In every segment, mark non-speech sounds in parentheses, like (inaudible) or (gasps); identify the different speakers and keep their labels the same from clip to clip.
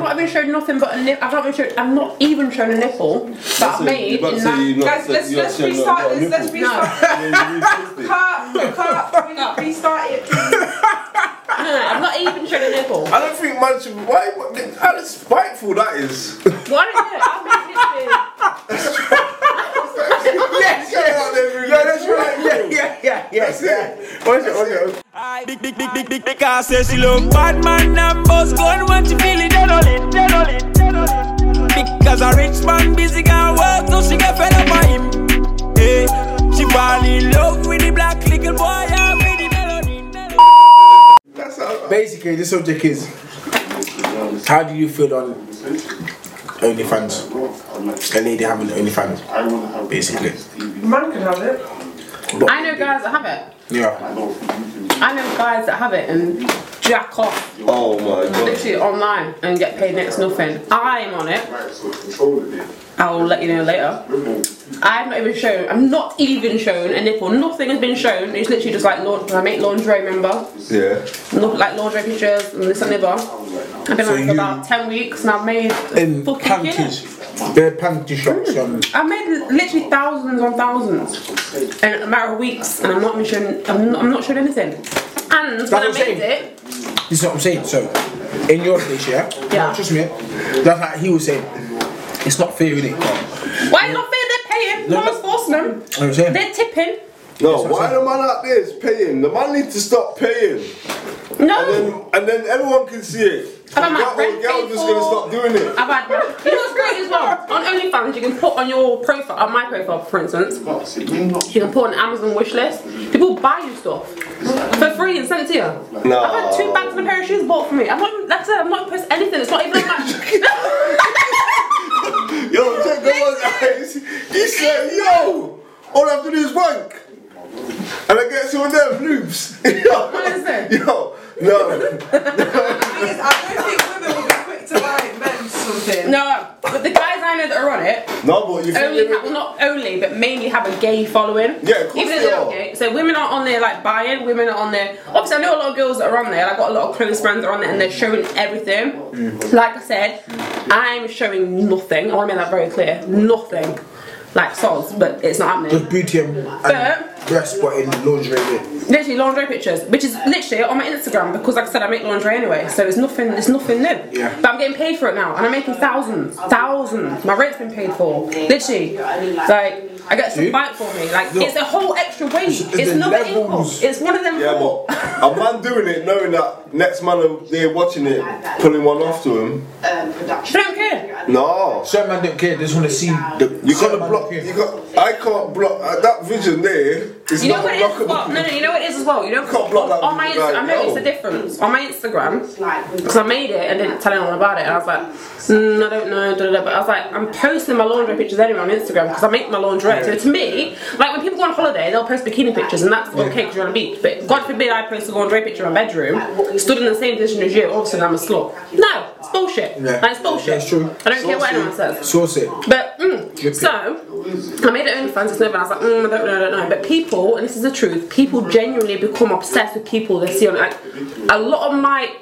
Speaker 1: been shown nothing but a nip. I've not been shown. I've not even shown a nipple that I made.
Speaker 2: You're about
Speaker 1: in
Speaker 2: to
Speaker 1: that-
Speaker 2: say you're not
Speaker 3: Guys, let's,
Speaker 2: saying- you're not
Speaker 3: let's
Speaker 2: saying
Speaker 3: restart
Speaker 2: nothing
Speaker 3: this. Let's
Speaker 2: about nipple.
Speaker 3: restart.
Speaker 2: Yeah, you twist it.
Speaker 3: Cut, cut. We need to restart it.
Speaker 1: (laughs) No, no, I've not even shown a nipple.
Speaker 4: I don't think man should. Why? How spiteful that
Speaker 2: (laughs)
Speaker 4: is.
Speaker 1: Why don't you? I've been literally-
Speaker 4: yes, yes. Yeah, that's right. Yeah, yeah, yeah, yeah. That's it. What's it? What's it?
Speaker 5: I big big big big big big car says she look bad man and boss gun when she feel it dead on it dead on it dead on it because a rich man busy can work so she get fed up by him hey she fall in love with the black little boy and with the melody, melody.
Speaker 4: That's how.
Speaker 6: Basically, the subject is how do you feel on OnlyFans? A lady having OnlyFans, basically.
Speaker 3: Man can have it.
Speaker 1: I know guys that have it.
Speaker 6: Yeah.
Speaker 1: I know guys that have it and jack off
Speaker 2: Oh my god.
Speaker 1: literally online and get paid next nothing. I'm on it. I'll let you know later. I've not even shown. I'm not even shown a nipple. Nothing has been shown. It's literally just like laun- I make laundry. Remember,
Speaker 2: Yeah.
Speaker 1: Look like laundry pictures and this and the other. I've been
Speaker 6: So
Speaker 1: on it for
Speaker 6: you-
Speaker 1: about ten weeks and I've made
Speaker 6: In
Speaker 1: fucking Hmm.
Speaker 6: panties,
Speaker 1: killer.
Speaker 6: bare panty shops on.
Speaker 1: I made literally thousands on thousands in a matter of weeks, and I'm not even showing. I'm not, I'm not showing anything. And when
Speaker 6: what
Speaker 1: I
Speaker 6: I'm
Speaker 1: made
Speaker 6: saying.
Speaker 1: it,
Speaker 6: This is what I'm saying. So, in your place, yeah.
Speaker 1: Yeah.
Speaker 6: Trust me. That's how he was saying. It's not fair, innit?
Speaker 1: why is it not fair? They're paying. No
Speaker 6: No,
Speaker 1: one's forcing them.
Speaker 6: You know what I'm saying?
Speaker 1: They're tipping.
Speaker 2: No, why the man out there is paying? The man needs to stop paying. And
Speaker 1: No.
Speaker 2: then, and then everyone can see it.
Speaker 1: I've had my
Speaker 2: Girl-
Speaker 1: rent
Speaker 2: girls
Speaker 1: paid
Speaker 2: just gonna
Speaker 1: for.
Speaker 2: stop doing it.
Speaker 1: I've had. You know what's great as well? On OnlyFans, you can put on your profile, on my profile, for instance, you can put on Amazon wish list. People buy you stuff for free and send it to you.
Speaker 2: No.
Speaker 1: I've had two bags and a pair of shoes bought for me. I'm not. even- Like I said, I'm not posting anything. It's not even on my.
Speaker 2: Yo, check the one's eyes. He said, yo, all I have to do is wank. And I get some of them (laughs)
Speaker 1: is
Speaker 2: loops.
Speaker 1: it?
Speaker 2: yo, no.
Speaker 3: thing is, I don't think women will be quick to buy men something.
Speaker 1: (laughs)
Speaker 3: (laughs)
Speaker 1: No, but the guys I know that are on it
Speaker 2: No, but you
Speaker 1: only
Speaker 2: think
Speaker 1: have, well, not only, but mainly have a gay following.
Speaker 2: Yeah, of course
Speaker 1: Even though
Speaker 2: they
Speaker 1: they're not
Speaker 2: are.
Speaker 1: gay. So women are on there like buying, women are on there. Obviously, I know a lot of girls that are on there. I've got a lot of close friends that are on there and they're showing everything.
Speaker 2: Mm-hmm.
Speaker 1: Like I said, I'm showing nothing. I want to make that very clear. Nothing. Like sods, but it's not happening.
Speaker 6: Just beauty and, and
Speaker 1: But-
Speaker 6: breast, but in lingerie.
Speaker 1: Literally laundry pictures, which is literally on my Instagram because, like I said, I make laundry anyway, so it's nothing. It's nothing new.
Speaker 6: Yeah.
Speaker 1: But I'm getting paid for it now, and I'm making thousands, thousands. My rent's been paid for. Literally, like I get some
Speaker 6: You?
Speaker 1: bite for me. Like
Speaker 6: No.
Speaker 1: it's a whole extra wage. It's,
Speaker 6: it's the
Speaker 1: another
Speaker 6: levels.
Speaker 1: income. It's one of them.
Speaker 2: Yeah,
Speaker 1: four.
Speaker 2: but a man doing it knowing that next man there watching it, pulling one off to him.
Speaker 1: I don't care.
Speaker 2: No.
Speaker 6: Some man don't care. They just want to see. The,
Speaker 2: You
Speaker 6: some
Speaker 2: gotta
Speaker 6: man
Speaker 2: block.
Speaker 6: don't care.
Speaker 2: You got. I can't block uh, that vision there. Is
Speaker 1: You know
Speaker 2: not
Speaker 1: what it is as well?
Speaker 2: blockable.
Speaker 1: No, no, you know what it is as well? You know,
Speaker 2: Can't block that
Speaker 1: on my
Speaker 2: music,
Speaker 1: Instagram, I
Speaker 2: like,
Speaker 1: noticed
Speaker 2: no.
Speaker 1: the difference. On my Instagram, because I made it and didn't tell anyone about it, and I was like, mm, I don't know, da, da, da. but I was like, I'm posting my laundry pictures anyway on Instagram because I make my laundry. So to me, like when people go on holiday, they'll post bikini pictures, and that's okay because you're on the beach. But God forbid I post a laundry picture in my bedroom, stood in the same position as you, all of a sudden I'm a slut. No, it's bullshit.
Speaker 6: Yeah.
Speaker 1: Like, it's bullshit.
Speaker 6: That's true.
Speaker 1: I don't care what anyone says.
Speaker 6: Source it.
Speaker 1: But mm,
Speaker 6: Drip
Speaker 1: so I made it OnlyFans this November. and I was like, mm, I don't know, I don't know. But people, and this is the truth, people genuinely become obsessed with people they see on like a lot of my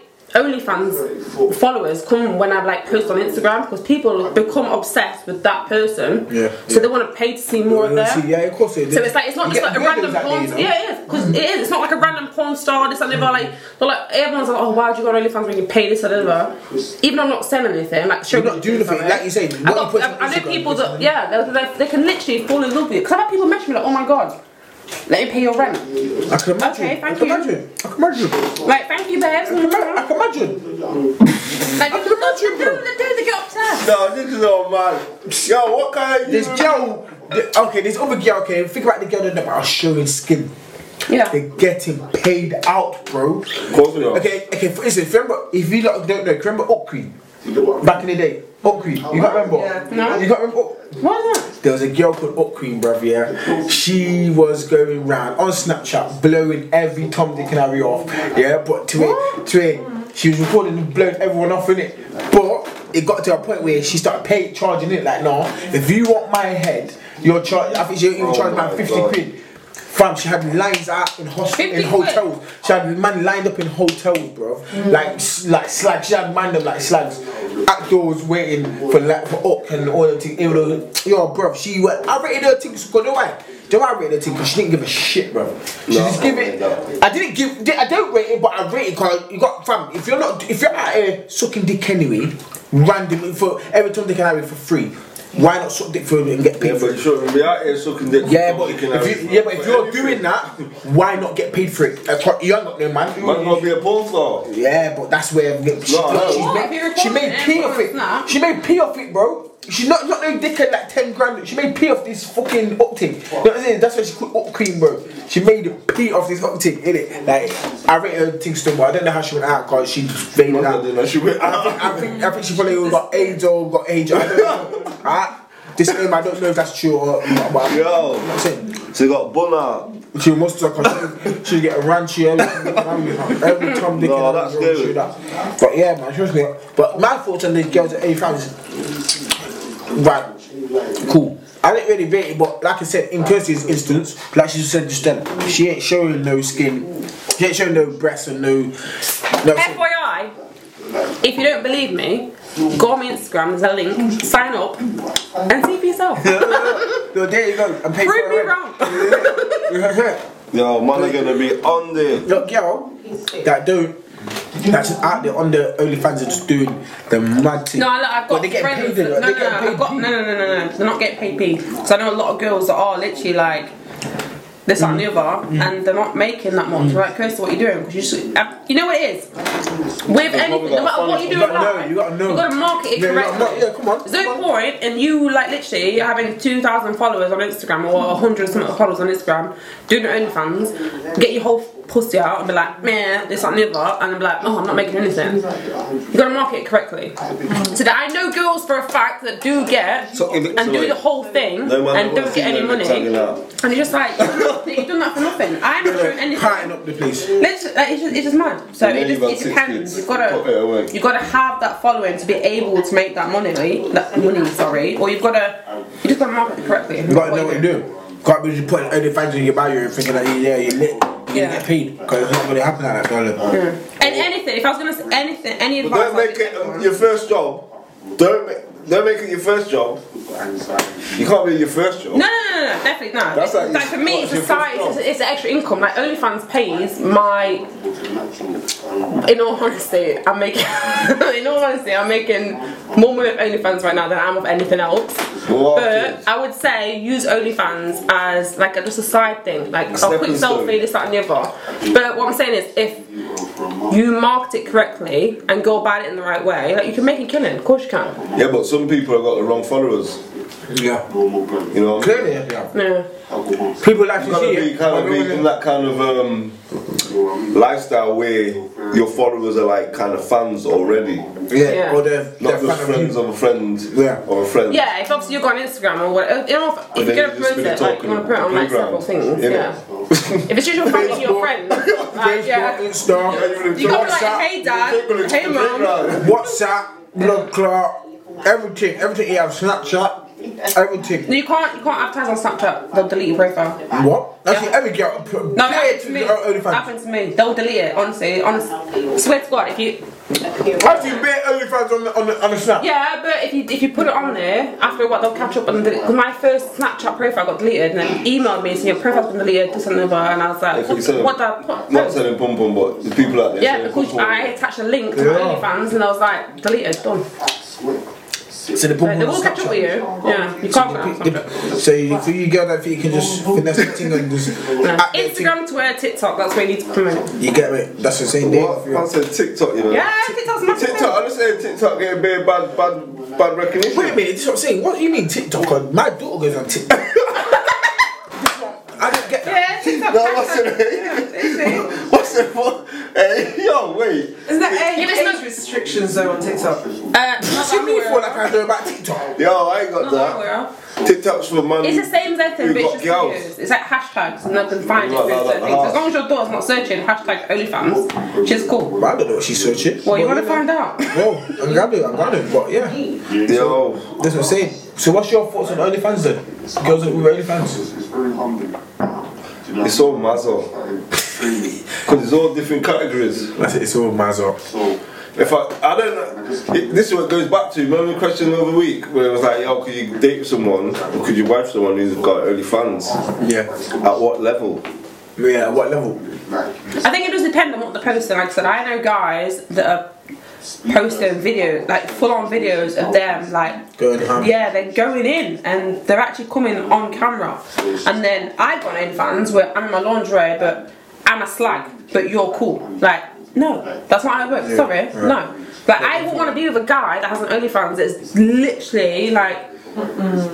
Speaker 1: OnlyFans followers come when I like post on Instagram because people become obsessed with that person.
Speaker 6: Yeah,
Speaker 1: So
Speaker 6: yeah.
Speaker 1: they want to pay to see more of
Speaker 6: You
Speaker 1: them.
Speaker 6: see, yeah, of course it is.
Speaker 1: So it's like it's not
Speaker 6: You
Speaker 1: just
Speaker 6: get
Speaker 1: like a
Speaker 6: weirdos
Speaker 1: random
Speaker 6: out there,
Speaker 1: porn.
Speaker 6: you know?
Speaker 1: Yeah, it is because it is. It's not like a random porn star. This and that. Like, they're like everyone's like, oh, why do you go on OnlyFans when you pay this and that? Even though I'm not selling anything, like showing
Speaker 6: You're not doing
Speaker 1: pictures of
Speaker 6: nothing.
Speaker 1: it.
Speaker 6: Like you say,
Speaker 1: I,
Speaker 6: what you
Speaker 1: got,
Speaker 6: put
Speaker 1: I,
Speaker 6: on
Speaker 1: I know
Speaker 6: Instagram,
Speaker 1: people
Speaker 6: you put
Speaker 1: that yeah, they, they, they can literally fall in love with you. Because I've had people message me like, oh my god, let me pay your rent.
Speaker 6: I can imagine.
Speaker 1: Okay, thank
Speaker 6: I can
Speaker 1: you.
Speaker 6: imagine. I can imagine.
Speaker 1: Like, thank you, babes.
Speaker 6: I can imagine.
Speaker 1: Like, people don't do what they do. They get upset.
Speaker 2: No, this is all man. Yo, what kind of
Speaker 6: This girl. The, okay, this other girl. Okay, think about the girl that are showing skin.
Speaker 1: Yeah.
Speaker 6: They're getting paid out, bro.
Speaker 2: course not.
Speaker 6: Okay, okay. For instance, remember if you lot don't know, remember Okri back in the day. Okri, you can't remember.
Speaker 3: Yeah.
Speaker 1: No.
Speaker 6: You can't remember. Ok-
Speaker 1: What is that?
Speaker 6: There was a girl called Up Queen, bruv, yeah. She was going round on Snapchat, blowing every Tom, Dick, and Harry off, yeah. But to it, to it, she was recording and blowing everyone off in it. But it got to a point where she started paying, charging it like, no, if you want my head, you're charging. I think she even
Speaker 2: Oh
Speaker 6: charged
Speaker 2: my
Speaker 6: about fifty
Speaker 2: God.
Speaker 6: quid. Fam, she had lines out in hospital,
Speaker 1: 50
Speaker 6: in hotels. She had man lined up in hotels, bro. Like s- like slags. She had man them like slags. Outdoors waiting for like for up and all the things. Yo, bro, she went. I rated her things. Cause do I? Do I rate her thing? Cause she didn't give a shit, bro. She just give it. I didn't give. I don't rate it, but I rate it. Cause you got fam. If you're not, if you're out here sucking dick anyway, randomly for every time they can have it for free, why not suck dick for it and get paid
Speaker 2: Yeah,
Speaker 6: for
Speaker 2: but
Speaker 6: it?
Speaker 2: sure, we out here sucking dick.
Speaker 6: Yeah, but
Speaker 2: You can have
Speaker 6: if
Speaker 2: it.
Speaker 6: you, yeah, but if you're doing that, why not get paid for it? That's what you ain't got no man.
Speaker 2: Man gonna be a porn star.
Speaker 6: Yeah, but that's where she,
Speaker 2: No, no.
Speaker 6: she's
Speaker 1: What? If
Speaker 6: made,
Speaker 1: you're
Speaker 6: she
Speaker 1: recording
Speaker 6: made
Speaker 1: it,
Speaker 6: pee off
Speaker 1: it's
Speaker 6: it.
Speaker 1: not.
Speaker 6: She made pee off it, bro. She's not not no dickhead like ten grand. She made pee off this fucking octane. You know what I'm saying? That's why she called up cream, bro. She made pee off this octane, innit? Like I rate her thing still, but I don't know how she went out because she just faded
Speaker 2: Man, I
Speaker 6: out.
Speaker 2: didn't know she went (laughs) out.
Speaker 6: I think I think she probably all got AIDS or got AIDS. I don't know. (laughs) Alright, this aim I don't know if that's true or not, but I'm-
Speaker 2: Yo.
Speaker 6: I'm saying.
Speaker 2: So you got Bunna.
Speaker 6: She must have continued. She'd get ranchy every time, every time they
Speaker 2: No,
Speaker 6: get
Speaker 2: that's
Speaker 6: drunk,
Speaker 2: scary.
Speaker 6: she that. But yeah, man, trust me. But my thoughts on these girls at 85 is right, cool. I didn't really rate it, but like I said, in Kirsty's instance, like she said just then, she ain't showing no skin, she ain't showing no breasts and no. no
Speaker 1: FYI, if you don't believe me, go on my Instagram, there's a link, sign up, and see for yourself.
Speaker 6: no, there you go. And pay
Speaker 1: Prove me
Speaker 6: for
Speaker 1: wrong.
Speaker 6: it.
Speaker 2: Yo, man are gonna be on there.
Speaker 6: Look, girl, that don't. That's just out there on the OnlyFans are just doing the mad thing.
Speaker 1: No, I- I've
Speaker 6: But
Speaker 1: got
Speaker 6: they get
Speaker 1: friends.
Speaker 6: paid. though,
Speaker 1: no,
Speaker 6: they
Speaker 1: no,
Speaker 6: get
Speaker 1: no,
Speaker 6: paid.
Speaker 1: I've got, no, no, no, no, no. They're not getting paid P. So I know a lot of girls that are literally like this that, and
Speaker 6: Mm.
Speaker 1: the other, and they're not making that much. Right, Chris, what are you doing? 'Cause You, just, uh, you know what it is. With anything, no matter what you do
Speaker 6: You
Speaker 1: in
Speaker 6: gotta know,
Speaker 1: life,
Speaker 6: you gotta know.
Speaker 1: you gotta market it
Speaker 6: Yeah, you gotta
Speaker 1: correctly.
Speaker 6: market- yeah, come on,
Speaker 1: There's no
Speaker 6: come
Speaker 1: point in you like literally having two thousand followers on Instagram or hundred something followers on Instagram, doing your own fans, get your whole pussy out and be like, man, this that, and the other, and I'm like, oh, I'm not making anything. You gotta market it correctly. So that I know girls for a fact that do get
Speaker 2: So-
Speaker 1: and
Speaker 2: so
Speaker 1: do
Speaker 2: wait.
Speaker 1: the whole thing
Speaker 2: No man
Speaker 1: and don't
Speaker 2: wants
Speaker 1: get any
Speaker 2: female
Speaker 1: money.
Speaker 2: tagging out.
Speaker 1: And you're just like, you've done that for nothing. I'm not doing
Speaker 6: Parting
Speaker 1: anything.
Speaker 6: up the place.
Speaker 1: Literally, like, uh, it's, just, it's just mad. So
Speaker 2: And then
Speaker 1: it,
Speaker 2: you've got
Speaker 1: just, it
Speaker 2: six
Speaker 1: depends.
Speaker 2: kids.
Speaker 1: You've
Speaker 2: Put it away.
Speaker 1: gotta you gotta have that following to be able to make that money. That money, sorry. Or you've gotta you just gotta market it correctly.
Speaker 6: You gotta know what you do. Can't be just putting OnlyFans in your bio and thinking like, yeah, you're lit. You
Speaker 1: Yeah.
Speaker 6: get paid because it's not gonna happen like that, darling.
Speaker 1: And anything. If I was gonna say anything, any
Speaker 2: But
Speaker 1: advice,
Speaker 2: don't
Speaker 1: I'd
Speaker 2: make
Speaker 1: give
Speaker 2: it um,
Speaker 1: anyone.
Speaker 2: your first job. Don't make, don't make it your first job. You can't be your first job.
Speaker 1: No, no, no, no, no, definitely not.
Speaker 2: That's like
Speaker 1: like,
Speaker 2: you-
Speaker 1: for me, it's a
Speaker 2: what's your
Speaker 1: side,
Speaker 2: first
Speaker 1: it's, it's an extra income. Like OnlyFans pays my. In all honesty, I'm making. (laughs) in all honesty, I'm making more money with OnlyFans right now than I'm with anything else.
Speaker 2: Wow,
Speaker 1: but
Speaker 2: cheers.
Speaker 1: I would say use OnlyFans as like a, just a side thing, like a
Speaker 2: Stepping
Speaker 1: quick
Speaker 2: stone.
Speaker 1: selfie, this, that, and the other. But what I'm saying is, if you market it correctly and go about it in the right way, like you can make a killing. Of course you can.
Speaker 2: Yeah, but some people have got the wrong followers.
Speaker 6: Yeah.
Speaker 2: You know. what I mean?
Speaker 6: Clearly, yeah.
Speaker 1: Yeah.
Speaker 6: People like
Speaker 2: You
Speaker 6: to see
Speaker 2: gotta
Speaker 6: it.
Speaker 2: be kind
Speaker 6: but
Speaker 2: of
Speaker 6: they
Speaker 2: be
Speaker 6: wanna-
Speaker 2: in that kind of um, lifestyle where your followers are like kind of fans already,
Speaker 6: yeah,
Speaker 1: Yeah.
Speaker 6: or they're,
Speaker 2: not
Speaker 6: they're fan
Speaker 2: just
Speaker 6: of
Speaker 2: friends
Speaker 6: you.
Speaker 2: of a friend
Speaker 6: Yeah.
Speaker 2: or a friend.
Speaker 1: Yeah, if obviously you go on Instagram or whatever, you know, if, if you're
Speaker 2: then you
Speaker 1: gonna
Speaker 2: just
Speaker 1: promote
Speaker 2: be
Speaker 1: it, like
Speaker 2: talking
Speaker 1: you wanna put it on like
Speaker 2: playground,
Speaker 1: several things,
Speaker 2: innit?
Speaker 1: yeah. if it's just your family, your friends,
Speaker 2: (laughs)
Speaker 1: like,
Speaker 6: Facebook,
Speaker 1: yeah.
Speaker 6: Insta,
Speaker 1: You gotta be like,
Speaker 6: WhatsApp,
Speaker 1: hey dad, hey mum.
Speaker 2: Playground.
Speaker 6: WhatsApp, blood clot, everything, everything. You have Snapchat, everything.
Speaker 1: You can't, you can't advertise on Snapchat. They'll delete your profile.
Speaker 6: What? That's what every girl.
Speaker 1: No,
Speaker 6: No,
Speaker 1: it happened to me.
Speaker 6: OnlyFans.
Speaker 1: Happened to me. They'll delete it. Honestly, honestly. Swear to God, if you,
Speaker 6: How do you make OnlyFans on the, on the, on the snap?
Speaker 1: yeah, but if you if you put it on there, after what they'll catch up and delete. 'cause my first Snapchat profile got deleted, and then emailed me saying your profile's been deleted, this and the other, and I was like,
Speaker 2: If you
Speaker 1: what,
Speaker 2: said-
Speaker 1: the- what the? What,
Speaker 2: Not selling pom pom, but the people out there.
Speaker 1: Yeah,
Speaker 2: selling
Speaker 1: because
Speaker 2: pom-pom.
Speaker 1: I attached a link to
Speaker 6: Yeah.
Speaker 1: my OnlyFans and I was like, deleted, done.
Speaker 6: So the
Speaker 1: Like,
Speaker 6: bum
Speaker 1: they
Speaker 6: on
Speaker 1: will catch up with you. Yeah, you can't.
Speaker 6: The- So you- for you girl that think you can just finesse the thing and just act that thing,
Speaker 1: Instagram, Twitter, TikTok, that's where you need to promote.
Speaker 6: you get it. That's the same
Speaker 2: What?
Speaker 6: thing.
Speaker 2: I said TikTok, you know.
Speaker 1: Yeah, TikTok's massive.
Speaker 2: TikTok. I just said TikTok getting bad, bad, bad, bad recognition.
Speaker 6: Wait a minute, this is what I'm saying. What do you mean TikTok? Uh, My daughter goes on TikTok. (laughs) I don't get that.
Speaker 1: Yeah, TikTok.
Speaker 2: No, what's it? What's it for? Hey, yo, wait.
Speaker 3: Isn't that
Speaker 1: Yeah,
Speaker 3: age,
Speaker 1: but it's
Speaker 3: age
Speaker 1: not-
Speaker 3: restrictions though on TikTok?
Speaker 1: Uh,
Speaker 6: What's it mean for like I know about TikTok?
Speaker 2: Yo, I ain't got that. TikTok's for money.
Speaker 1: It's the same as everything, but
Speaker 2: We've
Speaker 1: it's
Speaker 2: got
Speaker 1: just
Speaker 2: girls.
Speaker 1: videos. It's like hashtags, and I can find it
Speaker 2: Like,
Speaker 1: through
Speaker 2: like,
Speaker 1: certain
Speaker 2: like,
Speaker 1: things.
Speaker 2: like.
Speaker 1: As long as your daughter's not searching hashtag OnlyFans, she's cool.
Speaker 6: But I don't know what she's searching.
Speaker 1: Well, you want to find out?
Speaker 6: Well, I'm glad it, I'm glad it, but yeah.
Speaker 2: Yo,
Speaker 6: That's what I'm saying. So what's your thoughts on OnlyFans then? Girls with OnlyFans?
Speaker 2: It's all mazzo. Because it's all different categories.
Speaker 6: That's it, it's all mazzo.
Speaker 2: If I, I don't know, it- this is what it goes back to. Remember the question the other week where it was like, yo, could you date someone or could you wife someone who's got early fans?
Speaker 6: Yeah.
Speaker 2: At what level?
Speaker 6: Yeah, what level?
Speaker 1: I think it does depend on what the posting. Like I said, I know guys that are posting videos, like full on videos of them, like
Speaker 6: Going ham.
Speaker 1: yeah, they're going in and they're actually coming on camera. And then I've got in fans where I'm in my lingerie, but I'm a slag, but you're cool. Like, no, that's not how it works. Sorry, no. Like, I wouldn't want to be with a guy that has an OnlyFans that's literally like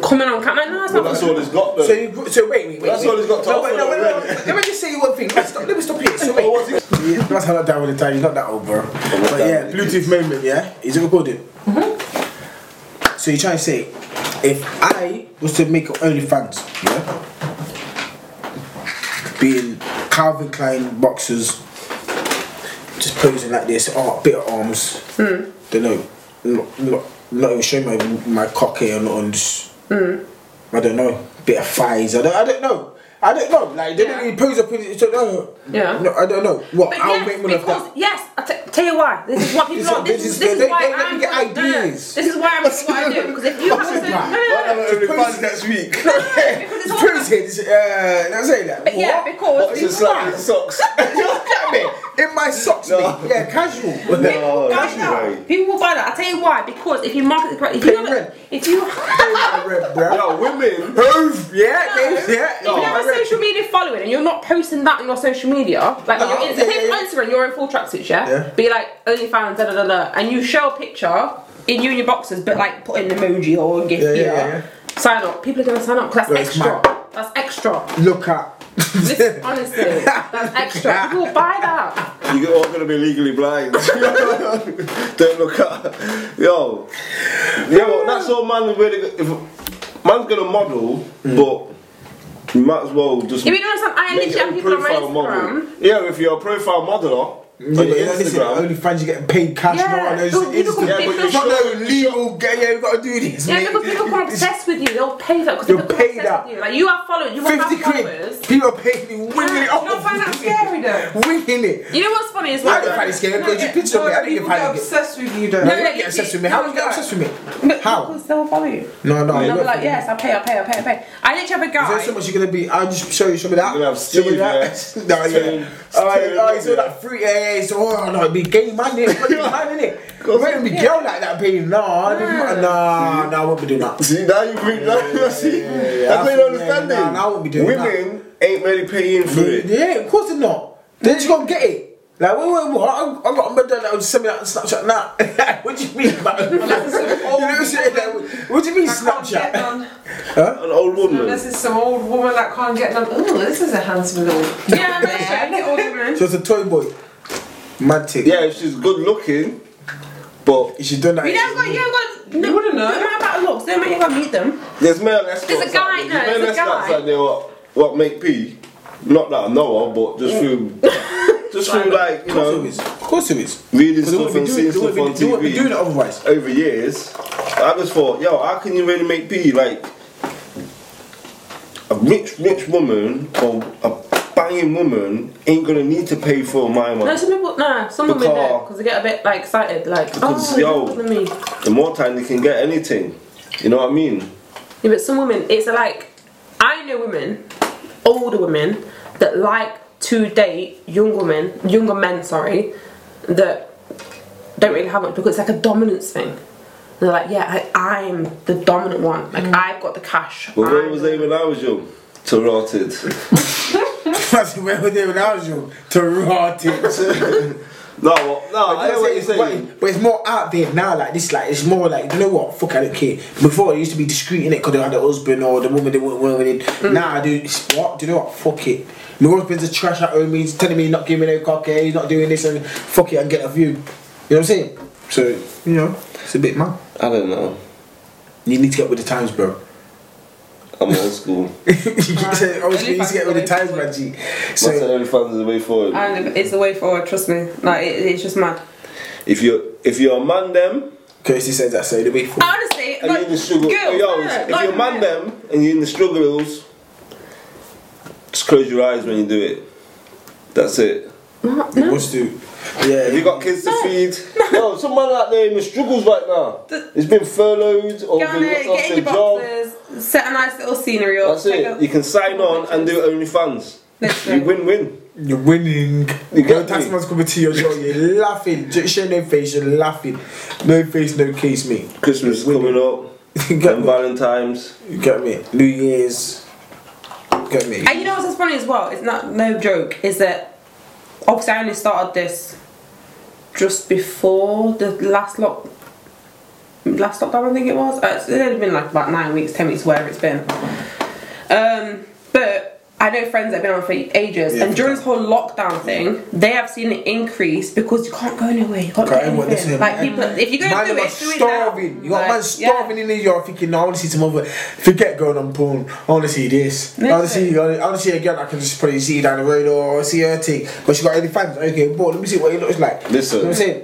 Speaker 1: coming on camera. No, that's
Speaker 2: Well,
Speaker 1: not.
Speaker 2: that's all it's got
Speaker 6: So,
Speaker 2: though.
Speaker 6: you, so wait, wait, wait.
Speaker 2: That's all he's got to
Speaker 6: no, wait, no,
Speaker 2: offer
Speaker 6: wait, no,
Speaker 2: already.
Speaker 6: Let me just say one thing. Let's stop, let me stop here.
Speaker 2: (laughs)
Speaker 6: So wait.
Speaker 2: What was it?
Speaker 6: Yeah, that's how I down with the time. He's not that old, bro. But yeah, Bluetooth moment. Yeah, is it recorded? So you're trying to say, if I was to make OnlyFans, yeah, being Calvin Klein boxers, just posing like this, oh, bit of arms,
Speaker 1: Hmm.
Speaker 6: don't know, not, not, not even showing my my cock here, not on just, I don't know, bit of thighs, I don't, I don't know. I don't know, like they
Speaker 1: Yeah.
Speaker 6: don't really pose up in it. So, no,
Speaker 1: Yeah.
Speaker 6: no, I don't know. What?
Speaker 1: But
Speaker 6: I'll
Speaker 1: yes,
Speaker 6: make money off
Speaker 1: because-
Speaker 6: that.
Speaker 1: Yes, I t- tell you why. This is what people
Speaker 6: (laughs) It's
Speaker 1: are.
Speaker 6: not
Speaker 1: This, is-
Speaker 6: business,
Speaker 1: this
Speaker 6: they-
Speaker 1: is why
Speaker 6: they- they
Speaker 1: I'm.
Speaker 6: get
Speaker 1: no, no, no.
Speaker 6: ideas.
Speaker 1: This is why
Speaker 6: (laughs)
Speaker 1: I'm doing what I do. Because if you have a certain, no, no, no,
Speaker 2: Only fans
Speaker 6: Because-
Speaker 2: next (laughs) week.
Speaker 1: because it's all about-
Speaker 6: Pose heads, uh, don't say that.
Speaker 1: But (laughs) yeah,
Speaker 6: What?
Speaker 1: because-
Speaker 6: What
Speaker 1: Boxer
Speaker 6: is
Speaker 2: slap
Speaker 6: that?
Speaker 2: in socks.
Speaker 6: (laughs) In my socks,
Speaker 2: No.
Speaker 6: mate. Yeah, casual.
Speaker 2: (laughs)
Speaker 6: Oh,
Speaker 2: No,
Speaker 1: Guys,
Speaker 2: that's right.
Speaker 1: People will find out. I tell you why. Because if you market it correctly, if
Speaker 6: Pay
Speaker 1: you have
Speaker 6: rent.
Speaker 1: a, if you
Speaker 6: I read, bro.
Speaker 2: Yo, women.
Speaker 6: Pose, yeah, they- yeah.
Speaker 1: if you have a social media following and you're not posting that on your social media, like
Speaker 6: No,
Speaker 1: on your Insta-
Speaker 6: yeah,
Speaker 1: say
Speaker 6: yeah,
Speaker 1: on
Speaker 6: yeah.
Speaker 1: Instagram, you're in full tracksuits, yeah?
Speaker 6: Yeah.
Speaker 1: Be like OnlyFans, da da da da, and you show a picture in you and your boxers, but like put in an emoji or a gif
Speaker 6: Yeah, yeah,
Speaker 1: here.
Speaker 6: yeah, yeah.
Speaker 1: Sign up. People are gonna sign up because
Speaker 6: Bro,
Speaker 1: that's
Speaker 6: it's
Speaker 1: extra.
Speaker 6: mad.
Speaker 1: That's
Speaker 6: (laughs)
Speaker 1: extra.
Speaker 6: Look at. (laughs)
Speaker 1: This, honestly, that's extra. People will buy that.
Speaker 2: You're all gonna be legally blind. (laughs) Don't look at yo. Yeah, well, that's all man is really. If man's gonna model, but you might as well just.
Speaker 1: If you don't understand, I
Speaker 2: make
Speaker 1: literally
Speaker 2: it a
Speaker 1: have people on my
Speaker 2: profile
Speaker 1: Instagram.
Speaker 2: Yeah, if you're a profile modeler
Speaker 6: Yeah,
Speaker 2: on
Speaker 6: but
Speaker 2: your
Speaker 6: listen,
Speaker 2: Instagram,
Speaker 6: OnlyFans, you're getting paid cash
Speaker 1: Yeah,
Speaker 6: now. and those
Speaker 1: but people
Speaker 6: Insta-
Speaker 1: can pay
Speaker 6: Yeah, but
Speaker 1: for
Speaker 6: it's not
Speaker 2: sure.
Speaker 6: no legal game. Yeah, you gotta do this.
Speaker 1: Yeah,
Speaker 6: mate.
Speaker 1: because people
Speaker 6: (laughs)
Speaker 1: become
Speaker 6: It's
Speaker 1: obsessed with you. They'll pay that because
Speaker 6: You'll
Speaker 1: they become
Speaker 6: pay
Speaker 1: obsessed
Speaker 6: that.
Speaker 1: with you. Like you have followers, you have
Speaker 6: 50
Speaker 1: followers.
Speaker 6: quid. People are paying me, winging it
Speaker 3: You don't find that
Speaker 6: off.
Speaker 3: scary though?
Speaker 6: Winging it.
Speaker 1: You know what's funny is
Speaker 6: I
Speaker 1: like
Speaker 6: don't find it scary because you
Speaker 1: (laughs)
Speaker 6: picture me. I
Speaker 3: No,
Speaker 6: don't even
Speaker 3: people
Speaker 6: find
Speaker 3: get
Speaker 6: it scary.
Speaker 3: obsessed with you though.
Speaker 1: No,
Speaker 6: No, you don't get
Speaker 1: you-
Speaker 6: obsessed
Speaker 1: you-
Speaker 6: with me. How
Speaker 1: no,
Speaker 6: you get
Speaker 1: no.
Speaker 6: obsessed with me?
Speaker 1: But
Speaker 6: How?
Speaker 1: Because they'll follow you.
Speaker 6: No, no.
Speaker 1: And they'll
Speaker 6: no.
Speaker 1: be like, yes, I pay, I pay, I pay, I pay. I literally have a
Speaker 6: Is there
Speaker 1: guy.
Speaker 6: so much you're gonna be? I'll just show you some of that.
Speaker 2: You're gonna have
Speaker 6: some
Speaker 2: Steve,
Speaker 6: of that. (laughs)
Speaker 2: yeah.
Speaker 6: no,
Speaker 2: Steve,
Speaker 6: yeah. Oh,
Speaker 2: Steve,
Speaker 6: oh, it's all
Speaker 2: yeah.
Speaker 6: that fruit. Yeah, yeah. So, oh no, it'd be gay man, innit?
Speaker 2: (laughs)
Speaker 6: Bloody man, innit? It wouldn't be girl like that, baby. No, I don't- nah, nah, I won't be doing that.
Speaker 2: see now you bring that. see,
Speaker 6: yeah,
Speaker 2: that's what
Speaker 6: I
Speaker 2: you
Speaker 6: think, yeah,
Speaker 2: understanding.
Speaker 6: nah, nah, I wouldn't be doing that.
Speaker 2: Women ain't really paying for it.
Speaker 6: Yeah, of course they're not. They're just gonna get it. Like, wait, wait, what? I, I got a mother that would send me that on Snapchat now. (laughs) what do you mean about You know
Speaker 3: (laughs)
Speaker 6: what I'm saying? Like, what do you mean
Speaker 3: I can't get
Speaker 6: Snapchat?
Speaker 3: none.
Speaker 2: An old woman.
Speaker 3: This is some old woman that can't get none. Oh, this is a handsome little.
Speaker 6: (laughs)
Speaker 1: Yeah, I'm not
Speaker 6: So it's a toy boy. Mad tick.
Speaker 2: yeah, if she's good looking, but
Speaker 6: She done that.
Speaker 1: You don't got, you don't got.
Speaker 3: You wouldn't know.
Speaker 1: Don't matter about looks. Don't matter about meet them.
Speaker 2: There's male escorts.
Speaker 1: There's a guy,
Speaker 2: out
Speaker 1: no,
Speaker 2: there.
Speaker 1: there's a
Speaker 2: male escorts
Speaker 1: guy.
Speaker 2: out there what, what make pee. Not that I know of, but
Speaker 1: (laughs)
Speaker 2: just through, just through like you
Speaker 6: Of course it
Speaker 2: know,
Speaker 6: is. Of course it is.
Speaker 2: reading
Speaker 6: Because they
Speaker 2: stuff
Speaker 6: wouldn't
Speaker 2: and
Speaker 6: be
Speaker 2: seeing
Speaker 6: doing- they
Speaker 2: stuff on
Speaker 6: wouldn't be- they wouldn't be doing it
Speaker 2: TV (laughs)
Speaker 6: otherwise.
Speaker 2: over years. I just thought, yo, how can you really make pee like a rich, rich woman or a banging woman ain't gonna need to pay for my
Speaker 1: No,
Speaker 2: man.
Speaker 1: some people, nah, some women
Speaker 2: Because-
Speaker 1: do because they get a bit like excited, like
Speaker 2: Because,
Speaker 1: oh,
Speaker 2: yo.
Speaker 1: look at me.
Speaker 2: The more time they can get anything, you know what I mean?
Speaker 1: Yeah, but some women, it's like I know women, older women that like to date young women, younger men, sorry, that don't really have much because it's like a dominance thing. And they're like, yeah, I, I'm the dominant one. Like I've got the cash.
Speaker 2: But where
Speaker 1: I'm-
Speaker 2: was they when I was young? To rotted.
Speaker 6: That's where we did when I was young. To rot it.
Speaker 2: No, well, no, (laughs) I know what you're saying.
Speaker 6: But, but it's more out there now. Like this, like it's more like you know what? Fuck, I don't care. Before it used to be discreet in it because they had the husband or the woman they weren't with. it.
Speaker 2: Mm.
Speaker 6: Now I do. It's what? Do you know what? Fuck it. My husband's a trash at home. He's telling me he's not giving me no cock. eh, He's not doing this and fuck it and get a view. You know what I'm saying? So you know, it's a bit mad.
Speaker 2: I don't know.
Speaker 6: You need to get with the times, bro. (laughs)
Speaker 2: I'm old school.
Speaker 6: you get to, obviously, you need to get with the
Speaker 1: Only
Speaker 6: times,
Speaker 1: fans
Speaker 6: man. G.
Speaker 2: That's the
Speaker 6: So
Speaker 2: only fans is the way forward.
Speaker 1: And it's the way forward. Trust me. Like it, it's just mad.
Speaker 2: If you if you're a man them
Speaker 6: Kirsty says that. So the way forward.
Speaker 1: Honestly,
Speaker 2: and you're
Speaker 1: like,
Speaker 2: in the struggle,
Speaker 1: girls,
Speaker 2: Oh, yo,
Speaker 1: yeah,
Speaker 2: if
Speaker 1: like
Speaker 2: you're a man
Speaker 1: men.
Speaker 2: them and you're in the struggles, just close your eyes when you do it. That's it.
Speaker 6: You must do. Yeah.
Speaker 2: Have you got kids to feed? No, some man out there in the struggles right now. He's been furloughed or
Speaker 1: Go on
Speaker 2: been
Speaker 1: there,
Speaker 2: locked off
Speaker 1: get in
Speaker 2: their
Speaker 1: your
Speaker 2: job.
Speaker 1: boxes, set a nice little scenery up.
Speaker 2: That's
Speaker 1: take
Speaker 2: it. You can sign on and do OnlyFans.
Speaker 1: Literally.
Speaker 2: You win win.
Speaker 6: You're winning.
Speaker 2: You
Speaker 6: You
Speaker 2: got
Speaker 6: got
Speaker 2: me.
Speaker 6: tax man's cup of tea as well. You're laughing. Just show no face. You're laughing. No face, no case, me. (laughs)
Speaker 2: Christmas is coming up.
Speaker 6: You get
Speaker 2: And
Speaker 6: me.
Speaker 2: Valentine's.
Speaker 6: You get me. New Year's. You get me.
Speaker 1: And you know what's funny as well? It's not no joke. Is that obviously I only started this just before the last lock, last lockdown. I think it was. Uh, It's only been like about nine weeks, ten weeks, where it's been. Um, but I know friends that have been on for ages,
Speaker 6: Yeah.
Speaker 1: and during this whole lockdown thing, they have seen an increase because you can't go anywhere. You can't
Speaker 6: Okay,
Speaker 1: do
Speaker 6: what this
Speaker 1: anything.
Speaker 6: is,
Speaker 1: Like
Speaker 6: man.
Speaker 1: people, if you're
Speaker 6: Man,
Speaker 1: going to do
Speaker 6: man
Speaker 1: it, do it now.
Speaker 6: starving. You got
Speaker 1: Like,
Speaker 6: man starving in New York thinking, no, I want to see some other. Forget going on porn. I want to see this. I want to see. I want to see a girl I can just probably see down the road or see her thing. But she got any fans? Okay, but let me see what it looks like.
Speaker 2: Listen.
Speaker 6: You know what I'm saying.